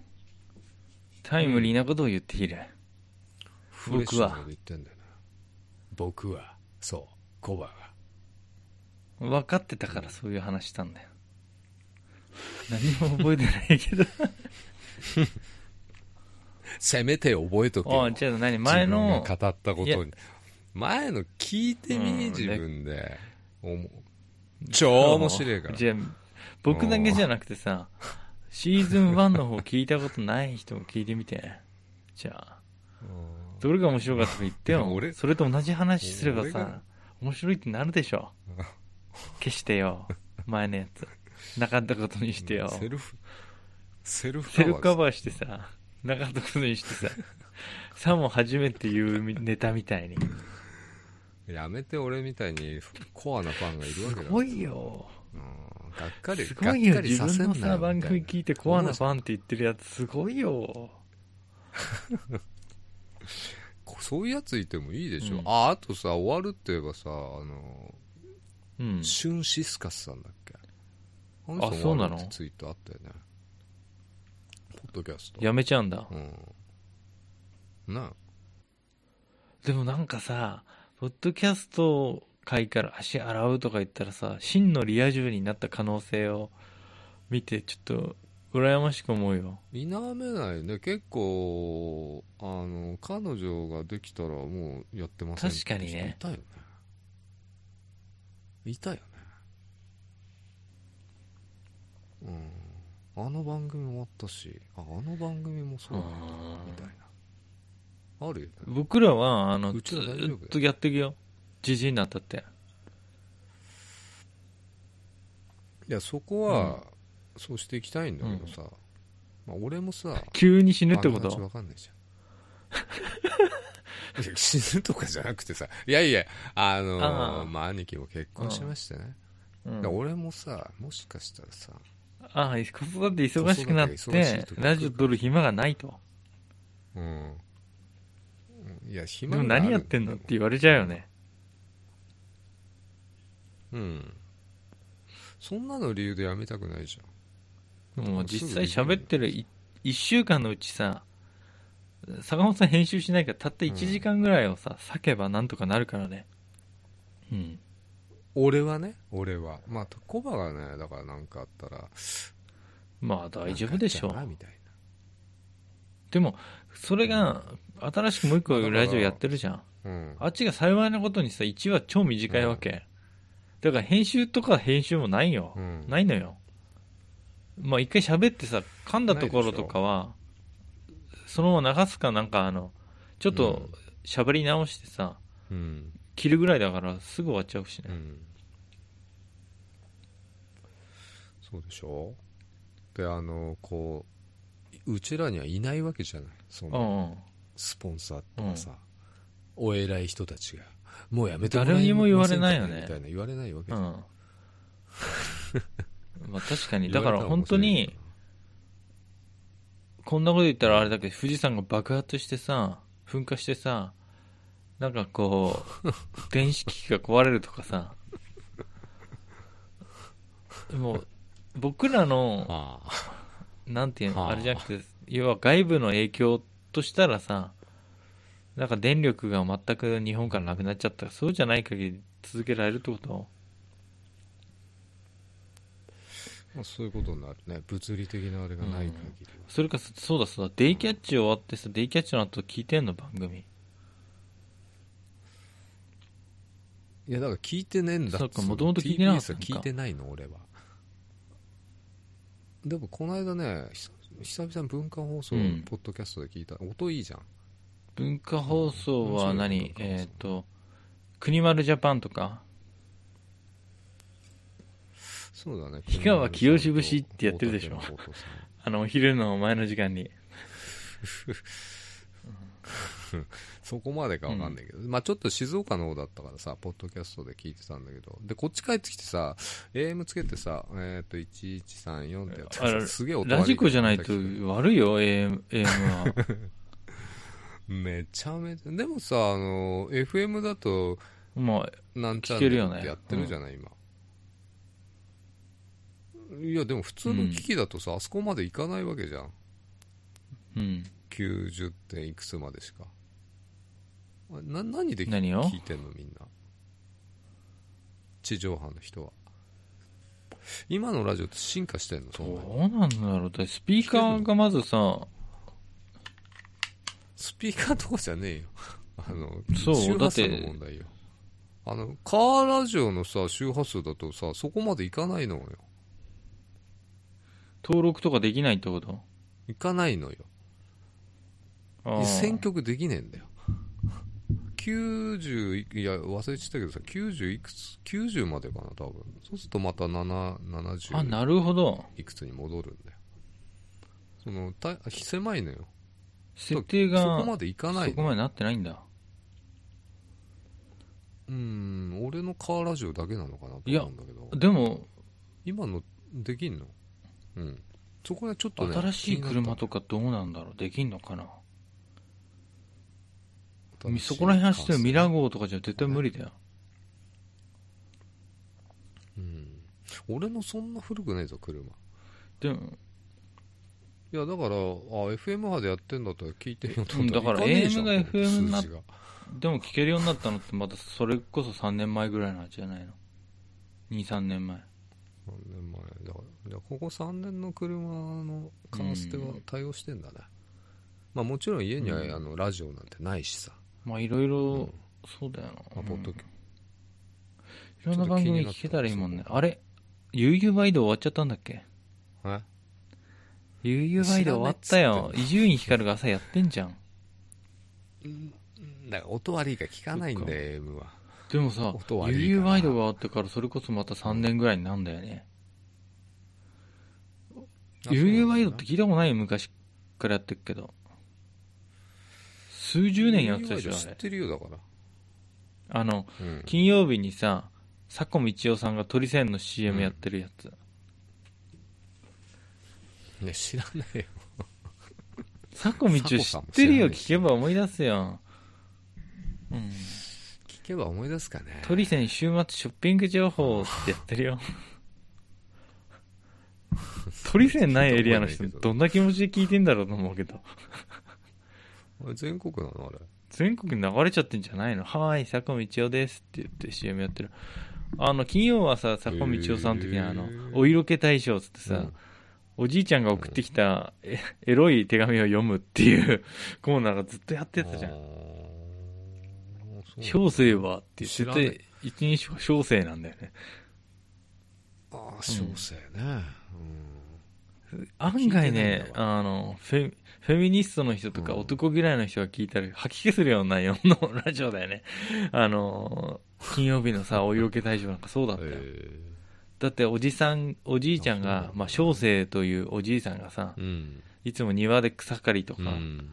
Speaker 1: タイムリーなことを言っている、
Speaker 2: フレッシュなこと言ってんだよね僕はそうコバが
Speaker 1: 分かってたからそういう話したんだよ何も覚えてない
Speaker 2: (laughs)
Speaker 1: けど
Speaker 2: せめて覚えとけよ
Speaker 1: ああじゃあ何前の
Speaker 2: 自分が語ったこ
Speaker 1: いや
Speaker 2: とに前の聞いてみ、
Speaker 1: うん
Speaker 2: 自分でおも超面白いから
Speaker 1: じゃあ僕だけじゃなくてさシーズン1の方聞いたことない人も聞いてみてじゃあ
Speaker 2: うん
Speaker 1: どれが面白かったか言って
Speaker 2: いや
Speaker 1: よ
Speaker 2: (laughs) 俺
Speaker 1: それと同じ話すれば
Speaker 2: 俺
Speaker 1: さ
Speaker 2: が
Speaker 1: 面白いってなるでし
Speaker 2: (laughs)
Speaker 1: ょ消してよ前のやつなかったことにして
Speaker 2: (laughs)
Speaker 1: よ
Speaker 2: セルフセルフ
Speaker 1: セルフカ
Speaker 2: ー
Speaker 1: バーしてさ、なかったことにしてさ、さも初めて言うみネタみたいに。
Speaker 2: ですやめて俺みたいにコアなファンがいるわけだ
Speaker 1: すごいよ。
Speaker 2: うんがっかり
Speaker 1: すごいよ。
Speaker 2: がっかり
Speaker 1: 自
Speaker 2: させんな
Speaker 1: 分
Speaker 2: よ
Speaker 1: のさ、番
Speaker 2: みたい
Speaker 1: 組
Speaker 2: な
Speaker 1: 聞いてコアなファンって言ってるやつ、すごいよ。
Speaker 2: こそういうやついてもいいでしょ、
Speaker 1: うん
Speaker 2: ああとさ終わるって言えばさあの、
Speaker 1: うん。
Speaker 2: シュンシスカスさんだっけあ
Speaker 1: あ
Speaker 2: の人
Speaker 1: そうなの
Speaker 2: 終わるってツイートあったよねポッドキャスト
Speaker 1: やめちゃうんだ
Speaker 2: う。んな
Speaker 1: でもなんかさ、ポッドキャスト界から足洗うとか言ったらさ、真のリア充になった可能性を見て、ちょっと、羨ましく思うよ。
Speaker 2: 否めないね結構あの彼女ができたらもうやってませんって
Speaker 1: 確かにね
Speaker 2: 人いたよねいたよねうんあの番組終わったしああの番組もそうだねみたいなあるよね
Speaker 1: 僕らは、あの、
Speaker 2: う
Speaker 1: ず
Speaker 2: ちら大丈夫
Speaker 1: っとやっていくよ。じじいになったって。
Speaker 2: いやそこは、そうしていきたいんだけどさ、まあ、俺もさ
Speaker 1: 急に死ぬってこ
Speaker 2: あんな話
Speaker 1: と
Speaker 2: わかんないじゃん (laughs) いや死ぬとかじゃなくてさいやいやあのー
Speaker 1: ああ
Speaker 2: まあ兄貴も結婚しましてね、
Speaker 1: うん
Speaker 2: だから俺もさもしかしたらさ
Speaker 1: ああ、子育て忙しくなっ
Speaker 2: 子育てが忙しい
Speaker 1: て
Speaker 2: 時、
Speaker 1: ラジオ撮る暇がないと。
Speaker 2: うんいや
Speaker 1: で
Speaker 2: 暇
Speaker 1: も
Speaker 2: がある
Speaker 1: 何やってんのって言われちゃうよね。
Speaker 2: うんそんなの理由でやめたくないじゃん
Speaker 1: もう実際喋ってるい一週間のうちさ、坂本さん編集しないからたった1時間ぐらいをさ、避けばなんとかなるからね。うん。
Speaker 2: 俺はね俺はまあコバがねだから何かあったら
Speaker 1: まあ大丈夫でしょ
Speaker 2: なんかやっちゃうな
Speaker 1: う。
Speaker 2: みたい
Speaker 1: でも、それが、新しくもう一個ラジオやってるじゃん。
Speaker 2: なうん
Speaker 1: あっちが幸いなことにさ、1話超短いわけ。だから編集とか編集もないよ。
Speaker 2: うん
Speaker 1: ないのよ。まあ一回喋ってさ、噛んだところとかは、そのまま流すかなんかあの、ちょっと喋り直してさ、
Speaker 2: うん
Speaker 1: 切るぐらいだからすぐ終わっちゃうし
Speaker 2: う
Speaker 1: ね。
Speaker 2: んそうでしょであのこううちらにはいないわけじゃないそうの
Speaker 1: んうん。
Speaker 2: スポンサーとかさ、お偉い人たちがもうやめて
Speaker 1: 誰にも言われないよね
Speaker 2: みたいな言われないわけ
Speaker 1: う
Speaker 2: じゃ
Speaker 1: ん (laughs)
Speaker 2: ん。
Speaker 1: まあ確かに、
Speaker 2: 言
Speaker 1: だ
Speaker 2: わ
Speaker 1: か
Speaker 2: れ
Speaker 1: ら
Speaker 2: た
Speaker 1: 本当に、こんなこと言ったらあれだけど、富士山が爆発してさ、噴火してさ、なんかこ
Speaker 2: (laughs)
Speaker 1: う、電子機器が壊れるとかさ、もう、僕らの、
Speaker 2: ああ
Speaker 1: なんていうの、
Speaker 2: はあ
Speaker 1: あれじゃなくて、要は外部の影響としたらさ、なんか電力が全く日本からなくなっちゃった。そうじゃない限り続けられるってこと
Speaker 2: まあそういうことになるね物理的なあれがない限りは、
Speaker 1: それかさ、そうだそうだ、デイキャッチ終わってさ、デイキャッチの後聞いてんの番組。
Speaker 2: いやだから聞いてねえんだ
Speaker 1: そっか
Speaker 2: つうの
Speaker 1: 元々聞いてなかった
Speaker 2: TBS は聞いてないの俺はでもこの間ね久久々に文化放送の
Speaker 1: うん
Speaker 2: ポッドキャストで聞いた、音いいじゃん
Speaker 1: 文化放送は
Speaker 2: うん
Speaker 1: 何
Speaker 2: 面白い文化放送
Speaker 1: えっ、と、国丸ジャパンとか、
Speaker 2: そうだね
Speaker 1: 氷川きよし節ってやってるでしょ
Speaker 2: 大竹の弟さん
Speaker 1: あの、お昼の前の時間に。
Speaker 2: そこまでかわかんないけど、まあちょっと静岡の方だったからさ、ポッドキャストで聞いてたんだけど、で、こっち帰ってきてさ、AM つけてさ、えっ、と、1134ってやって
Speaker 1: あら
Speaker 2: さ、すげえ音悪い
Speaker 1: ラジコじゃないと
Speaker 2: め
Speaker 1: 悪いよ、AM, AM は。
Speaker 2: (laughs) ちゃめちゃ、でもさ、あの、FM だと、
Speaker 1: もう、
Speaker 2: なんちゃん
Speaker 1: 聞けるよね
Speaker 2: ってやってるじゃない、今。いや、でも普通の機器だとさ、あそこまでいかないわけじゃん。
Speaker 1: うん。
Speaker 2: 90点いくつまでしか。あな、何で聞
Speaker 1: 何を
Speaker 2: 聞いてんのみんな。地上波の人は。今のラジオって進化してんのそ
Speaker 1: ど
Speaker 2: んなに。
Speaker 1: うなんだろう。だってスピーカーがまずさ、
Speaker 2: スピーカーとかじゃねえよ。 (laughs) あの、
Speaker 1: そう
Speaker 2: 周波数
Speaker 1: だ
Speaker 2: の
Speaker 1: って
Speaker 2: 問題よ。あの、カーラジオのさ、周波数だとさ、そこまでいかないのよ。
Speaker 1: 登録とかできないってこと
Speaker 2: いかないのよ。
Speaker 1: あー
Speaker 2: 選曲できねえんだよ。90い、いや、忘れちゃったけどさ、90いくつ、90までかな、多分。そうするとまた7、70。
Speaker 1: あ、なるほど。
Speaker 2: いくつに戻るんだよそのた狭いのよ
Speaker 1: 設定が、
Speaker 2: そこまでいかない
Speaker 1: そこ
Speaker 2: の
Speaker 1: までなってないんだ。
Speaker 2: うん俺のカーラジオだけなのかなと
Speaker 1: いや
Speaker 2: 思うんだけど
Speaker 1: でも、
Speaker 2: 今のできんのうんそこはちょっとね
Speaker 1: 新しい車
Speaker 2: 気
Speaker 1: とかどうなんだろうできんのかな
Speaker 2: になった
Speaker 1: そこら辺走ってるミラー号とかじゃ絶対
Speaker 2: ね
Speaker 1: 無理だよ。
Speaker 2: うん俺のそんな古くないぞ車い
Speaker 1: でも、
Speaker 2: やだからあ FM 波でやってんだったら聞いてみようと思
Speaker 1: うんだから
Speaker 2: いねえじゃ
Speaker 1: AM
Speaker 2: ん
Speaker 1: が
Speaker 2: この数
Speaker 1: FM になっ
Speaker 2: 字が
Speaker 1: でも聞けるようになったのってまたそれこそ3年前ぐらいなんじゃないの ?2、3年前。
Speaker 2: 何年前だからいやここ3年の車のカーステは対応してんだね、まあもちろん家には、
Speaker 1: うん
Speaker 2: あのラジオなんてないしさ、
Speaker 1: まあいろいろ、そうだよ
Speaker 2: ま
Speaker 1: な。
Speaker 2: あ、ポッド
Speaker 1: うん
Speaker 2: キャ
Speaker 1: いろんな番組聞けたらいいもんね。あれ悠々バイド終わっちゃったんだっけ
Speaker 2: え
Speaker 1: 悠々バイド終わったよ
Speaker 2: 知ら。ない
Speaker 1: 伊集院光が朝やってんじゃん。
Speaker 2: だから音悪いから聞かないんだよ AM は
Speaker 1: でもさ、
Speaker 2: 音悪いから
Speaker 1: 悠々ワイドがあってからそれこそまた3年ぐらいになんだよね。悠々ワイドって聞いたことないよ昔からやってるけど。数十年やってたでしょ、
Speaker 2: 知
Speaker 1: あ
Speaker 2: っ
Speaker 1: れ。
Speaker 2: てるよだから、
Speaker 1: あの、
Speaker 2: うん、
Speaker 1: 金曜日にさ、佐古道夫さんが鳥仙の CM やってるやつ。
Speaker 2: いや知らないよ
Speaker 1: 佐古道夫知ってるよ、聞けば思い出すよ。うん。
Speaker 2: 聞けば思い出すかね
Speaker 1: 鳥仙週末ショッピング情報ってやってる
Speaker 2: (laughs)
Speaker 1: よ。鳥仙ないエリアの人、どんな気持ちで聞いてんだろうと思うけど。
Speaker 2: あれ全国なのあれ
Speaker 1: 全国に流れちゃってんじゃないのはーい、佐古道夫ですって言って CM やってる。あの、金曜はさ、佐古道夫さんの時にあ
Speaker 2: へ
Speaker 1: の
Speaker 2: ー、
Speaker 1: お色気大賞っつってさ、
Speaker 2: うん
Speaker 1: おじいちゃんが送ってきた、えエロ (laughs) い手紙を読むっていうコーナーがずっとやってたじゃ
Speaker 2: あ
Speaker 1: ん。
Speaker 2: ー
Speaker 1: 小生はって
Speaker 2: 知
Speaker 1: 絶
Speaker 2: らない
Speaker 1: 対一人称小生なんだよね
Speaker 2: ああ小生ね、
Speaker 1: 案外
Speaker 2: 聞い
Speaker 1: ね
Speaker 2: てないんだ
Speaker 1: あのフェフェミニストの人とか
Speaker 2: うん
Speaker 1: 男嫌いの人が聞いたら吐き気するような内容のラジオだよねあの金曜日のさお色気大賞なんかそうだ
Speaker 2: う
Speaker 1: った
Speaker 2: ん
Speaker 1: よ、
Speaker 2: え
Speaker 1: だっておじさんおじいちゃん
Speaker 2: あそう
Speaker 1: が
Speaker 2: なんだ
Speaker 1: まあ、小生というおじいさんがさ
Speaker 2: えうん
Speaker 1: いつも庭で草刈りとか、
Speaker 2: うん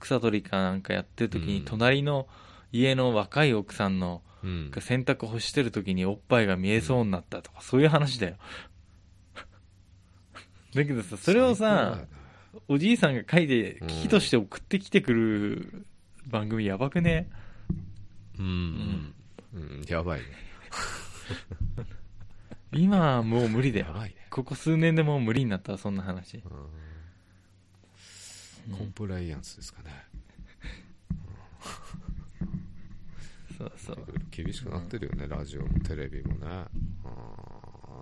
Speaker 1: 草取りかなんかやってる時に、
Speaker 2: うん
Speaker 1: 隣の家の若い奥さんの
Speaker 2: うん
Speaker 1: 洗濯干してる時におっぱいが見えそうになったとか、そういう話だよ (laughs) だけどさそれをさ
Speaker 2: 最高だよね
Speaker 1: おじいさんが書いて危機として送ってきてくる番組やばくね、
Speaker 2: うん、うん、やばいね
Speaker 1: 今はもう無理だよ
Speaker 2: やばいね、
Speaker 1: ここ数年でもう無理になったわそんな話、
Speaker 2: うん
Speaker 1: う
Speaker 2: コン
Speaker 1: ん
Speaker 2: プライアンスですかね
Speaker 1: そうそう
Speaker 2: 厳しくなってるよね、ラジオもテレビもねあ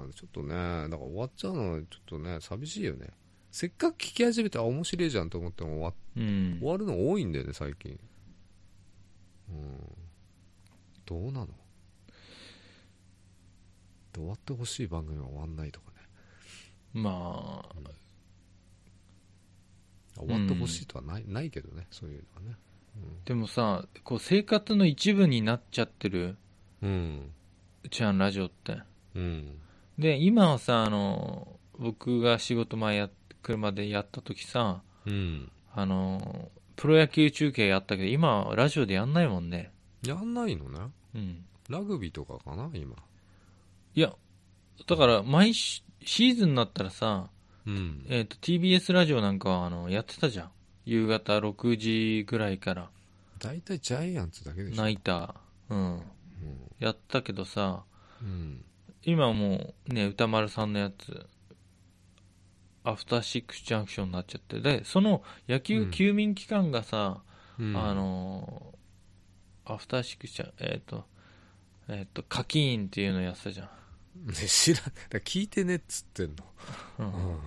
Speaker 2: ーちょっとねだから終わっちゃうのはちょっとね寂しいよねせっかく聞き始めてあ面白いじゃんと思っても終わ
Speaker 1: うん
Speaker 2: 終わるの多いんだよね最近うんどうなので終わってほしい番組は終わんないとかね
Speaker 1: まあ
Speaker 2: 終わってほしいとはない,、ないけどねそういうのはね
Speaker 1: でもさこう生活の一部になっちゃってる
Speaker 2: うん
Speaker 1: うちらのラジオって
Speaker 2: うん
Speaker 1: で今はさあの僕が仕事前や車でやった時さ
Speaker 2: うん
Speaker 1: あのプロ野球中継やったけど今はラジオでやんないもんね
Speaker 2: やんないのね
Speaker 1: うん
Speaker 2: ラグビーとかかな今
Speaker 1: いやだから毎シシーズンになったらさ、
Speaker 2: うん
Speaker 1: えー、と TBS ラジオなんかはあのやってたじゃん夕方6時ぐらいから
Speaker 2: 大体ジャイアンツだけでしょ
Speaker 1: ナイターうんやったけどさ
Speaker 2: うん、うん
Speaker 1: 今もうね歌丸さんのやつアフターシックスジャンクションになっちゃってでその野球休眠期間がさ、
Speaker 2: うん
Speaker 1: あのーアフターシックスジャンえっ、とえっ、と課金っていうのやってたじゃん、
Speaker 2: ね知らだから聞いてねっつってんの、
Speaker 1: うん
Speaker 2: うん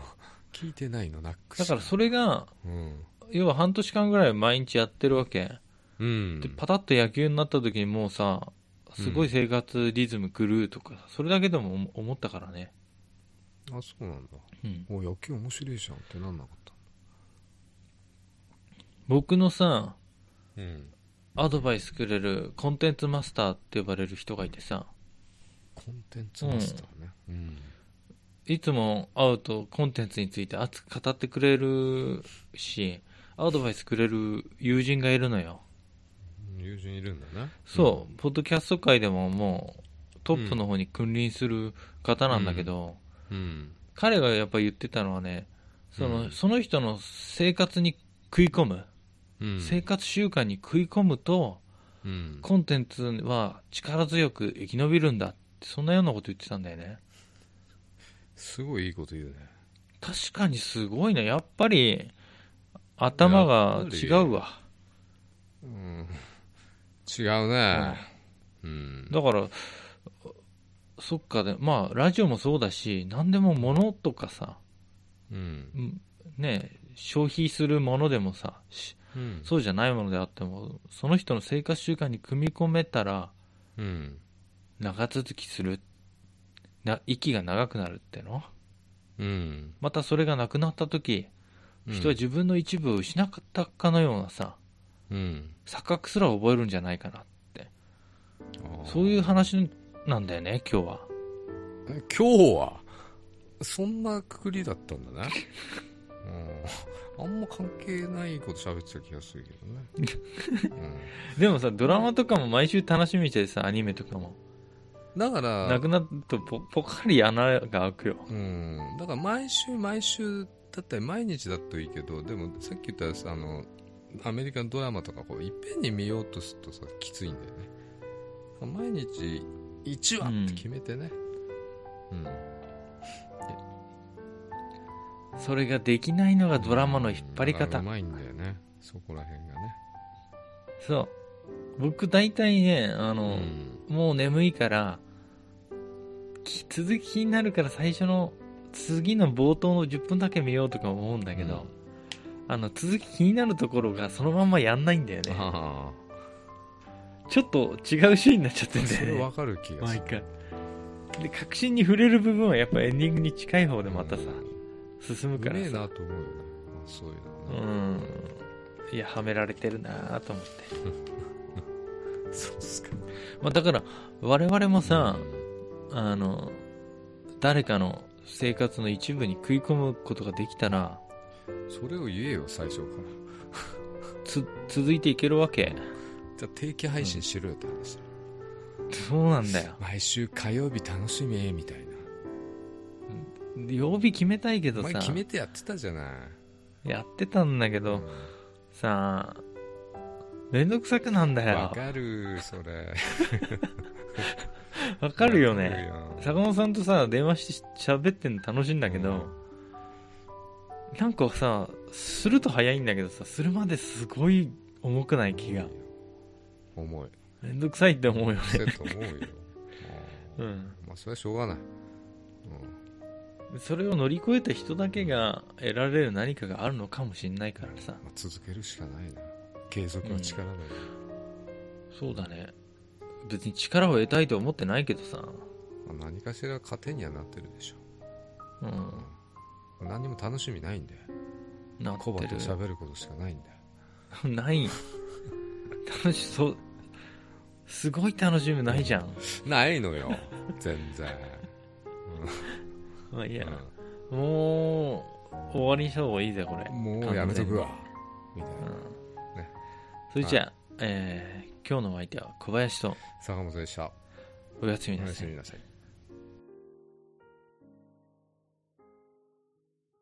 Speaker 2: 聞いてないのナックス
Speaker 1: だからそれが
Speaker 2: うん、
Speaker 1: 要は半年間ぐらい毎日やってるわけ、
Speaker 2: うん、
Speaker 1: でパタッと野球になった時にもうさすごい生活リズム狂うとかさそれだけでも思思ったからね、
Speaker 2: あそうなんだ
Speaker 1: うん、
Speaker 2: お野球面白いじゃんってなんなかっ
Speaker 1: 僕のさ
Speaker 2: たうん
Speaker 1: アドバイスくれるコンテンツマスターって呼ばれる人がいてさ
Speaker 2: コンテンツマスターねうん、
Speaker 1: いつも会うとコンテンツについて熱く語ってくれるしアドバイスくれる友人がいるのよ
Speaker 2: 友人いるんだね
Speaker 1: そう、ポッドキャスト界でももうトップの方に君臨する方なんだけど、
Speaker 2: うん
Speaker 1: 彼がやっぱ言ってたのはねその,、
Speaker 2: うん
Speaker 1: その人の生活に食い込む、
Speaker 2: うん
Speaker 1: 生活習慣に食い込むと
Speaker 2: うん
Speaker 1: コンテンツは力強く生き延びるんだってそんなようなこと言ってたんだよね、
Speaker 2: すごいいいこと言うね
Speaker 1: 確かにすごいなやっぱり頭が違うわ、
Speaker 2: うん違うねうん
Speaker 1: だからそっかでまあラジオもそうだし何でも物とかさ
Speaker 2: うん
Speaker 1: うんね消費するものでもさし
Speaker 2: うん
Speaker 1: そうじゃないものであってもその人の生活習慣に組み込めたら
Speaker 2: うん
Speaker 1: 長続きするな息が長くなるっての
Speaker 2: うん
Speaker 1: またそれがなくなった時
Speaker 2: うん
Speaker 1: 人は自分の一部を失ったかのようなさ
Speaker 2: うん
Speaker 1: 錯覚すら覚えるんじゃないかな
Speaker 2: あー
Speaker 1: そういう話なんだよね、今日は。
Speaker 2: 今日はそんなくくりだったんだ (laughs) ねうんあんま関係ないこと喋ってた気がするけど (laughs) ね、
Speaker 1: でもさ、ドラマとかも毎週楽しみにしてさ、アニメとかも。
Speaker 2: うん、だから
Speaker 1: なくなるとポポカリ穴が開くよ。
Speaker 2: うん、だから毎週毎週だったり毎日だといいけどでもさっき言ったさあのアメリカのドラマとかこういっぺんに見ようとするとさきついんだよね毎日1話って決めてねうん、
Speaker 1: それができないのがドラマの引っ張り
Speaker 2: う
Speaker 1: 方。
Speaker 2: まいんだよねそこら辺がね
Speaker 1: そう。僕大体ね、あ
Speaker 2: う
Speaker 1: の、もう眠いから、き続き気になるから最初の、次の冒頭の10分だけ見ようとか思うんだけど、あの、続き気になるところがそのまんまやんないんだよね。
Speaker 2: ああ
Speaker 1: ちょっと違うシーンになっちゃってんだ
Speaker 2: そ
Speaker 1: よ
Speaker 2: れ
Speaker 1: ね
Speaker 2: わかる気がす
Speaker 1: 毎
Speaker 2: る
Speaker 1: 回で確信に触れる部分はやっぱエンディングに近い方でまたさ、進む
Speaker 2: う
Speaker 1: か
Speaker 2: め
Speaker 1: ら
Speaker 2: え
Speaker 1: さ
Speaker 2: なと思うよね、まあ、そういう
Speaker 1: う
Speaker 2: のね、
Speaker 1: んいやはめられてるなと思って、
Speaker 2: そうっすか
Speaker 1: まあ、だから我々もさ
Speaker 2: うん
Speaker 1: あの誰かの生活の一部に食い込むことができたら
Speaker 2: それを言えよ最初から
Speaker 1: つ続いていけるわけ
Speaker 2: じゃあ定期配信しろよって話だよ、
Speaker 1: そうなんだよ
Speaker 2: 毎週火曜日楽しみみたい
Speaker 1: 曜日決めたいけ
Speaker 2: な
Speaker 1: ど
Speaker 2: 前
Speaker 1: さ
Speaker 2: 決めてやってたじゃない
Speaker 1: やってたんだけど、さあめんどくさくなんだ
Speaker 2: わ
Speaker 1: よ
Speaker 2: かるそれ
Speaker 1: わかるよね
Speaker 2: わかるよ
Speaker 1: 坂本さんとさ電話して喋ってんの楽しいんだけど、
Speaker 2: うん
Speaker 1: なんかさすると早いんだけどさするまですごい重くない気が
Speaker 2: 重い
Speaker 1: めんどくさいって思うよね
Speaker 2: そうやと思うよ、う
Speaker 1: うんん
Speaker 2: まあそれはしょうがない、
Speaker 1: それを乗り越えた人だけが得られる何かがあるのかもしれないからさ
Speaker 2: まあ、続けるしかないな継続は力だよ、
Speaker 1: そうだね別に力を得たいとは思ってないけどさ
Speaker 2: まあ何かしら糧にはなってるでしょ
Speaker 1: うん
Speaker 2: 何にも楽しみないんだよ
Speaker 1: な
Speaker 2: コバ
Speaker 1: って
Speaker 2: と
Speaker 1: る
Speaker 2: 喋ることしかないんだ
Speaker 1: (laughs)
Speaker 2: よ
Speaker 1: ない楽しそうすごい楽しみないじゃん、
Speaker 2: ない
Speaker 1: (laughs)
Speaker 2: のよ全然
Speaker 1: まあ、い
Speaker 2: い
Speaker 1: や、もう終わりにした方がいいぜこれ
Speaker 2: もうやめとくわみたい
Speaker 1: うん
Speaker 2: なね
Speaker 1: それじゃあ、えー今日のお相手は小林と
Speaker 2: 坂本でした
Speaker 1: おやすみ
Speaker 2: お
Speaker 1: な
Speaker 2: や
Speaker 1: さ
Speaker 2: す
Speaker 1: い
Speaker 2: みなさい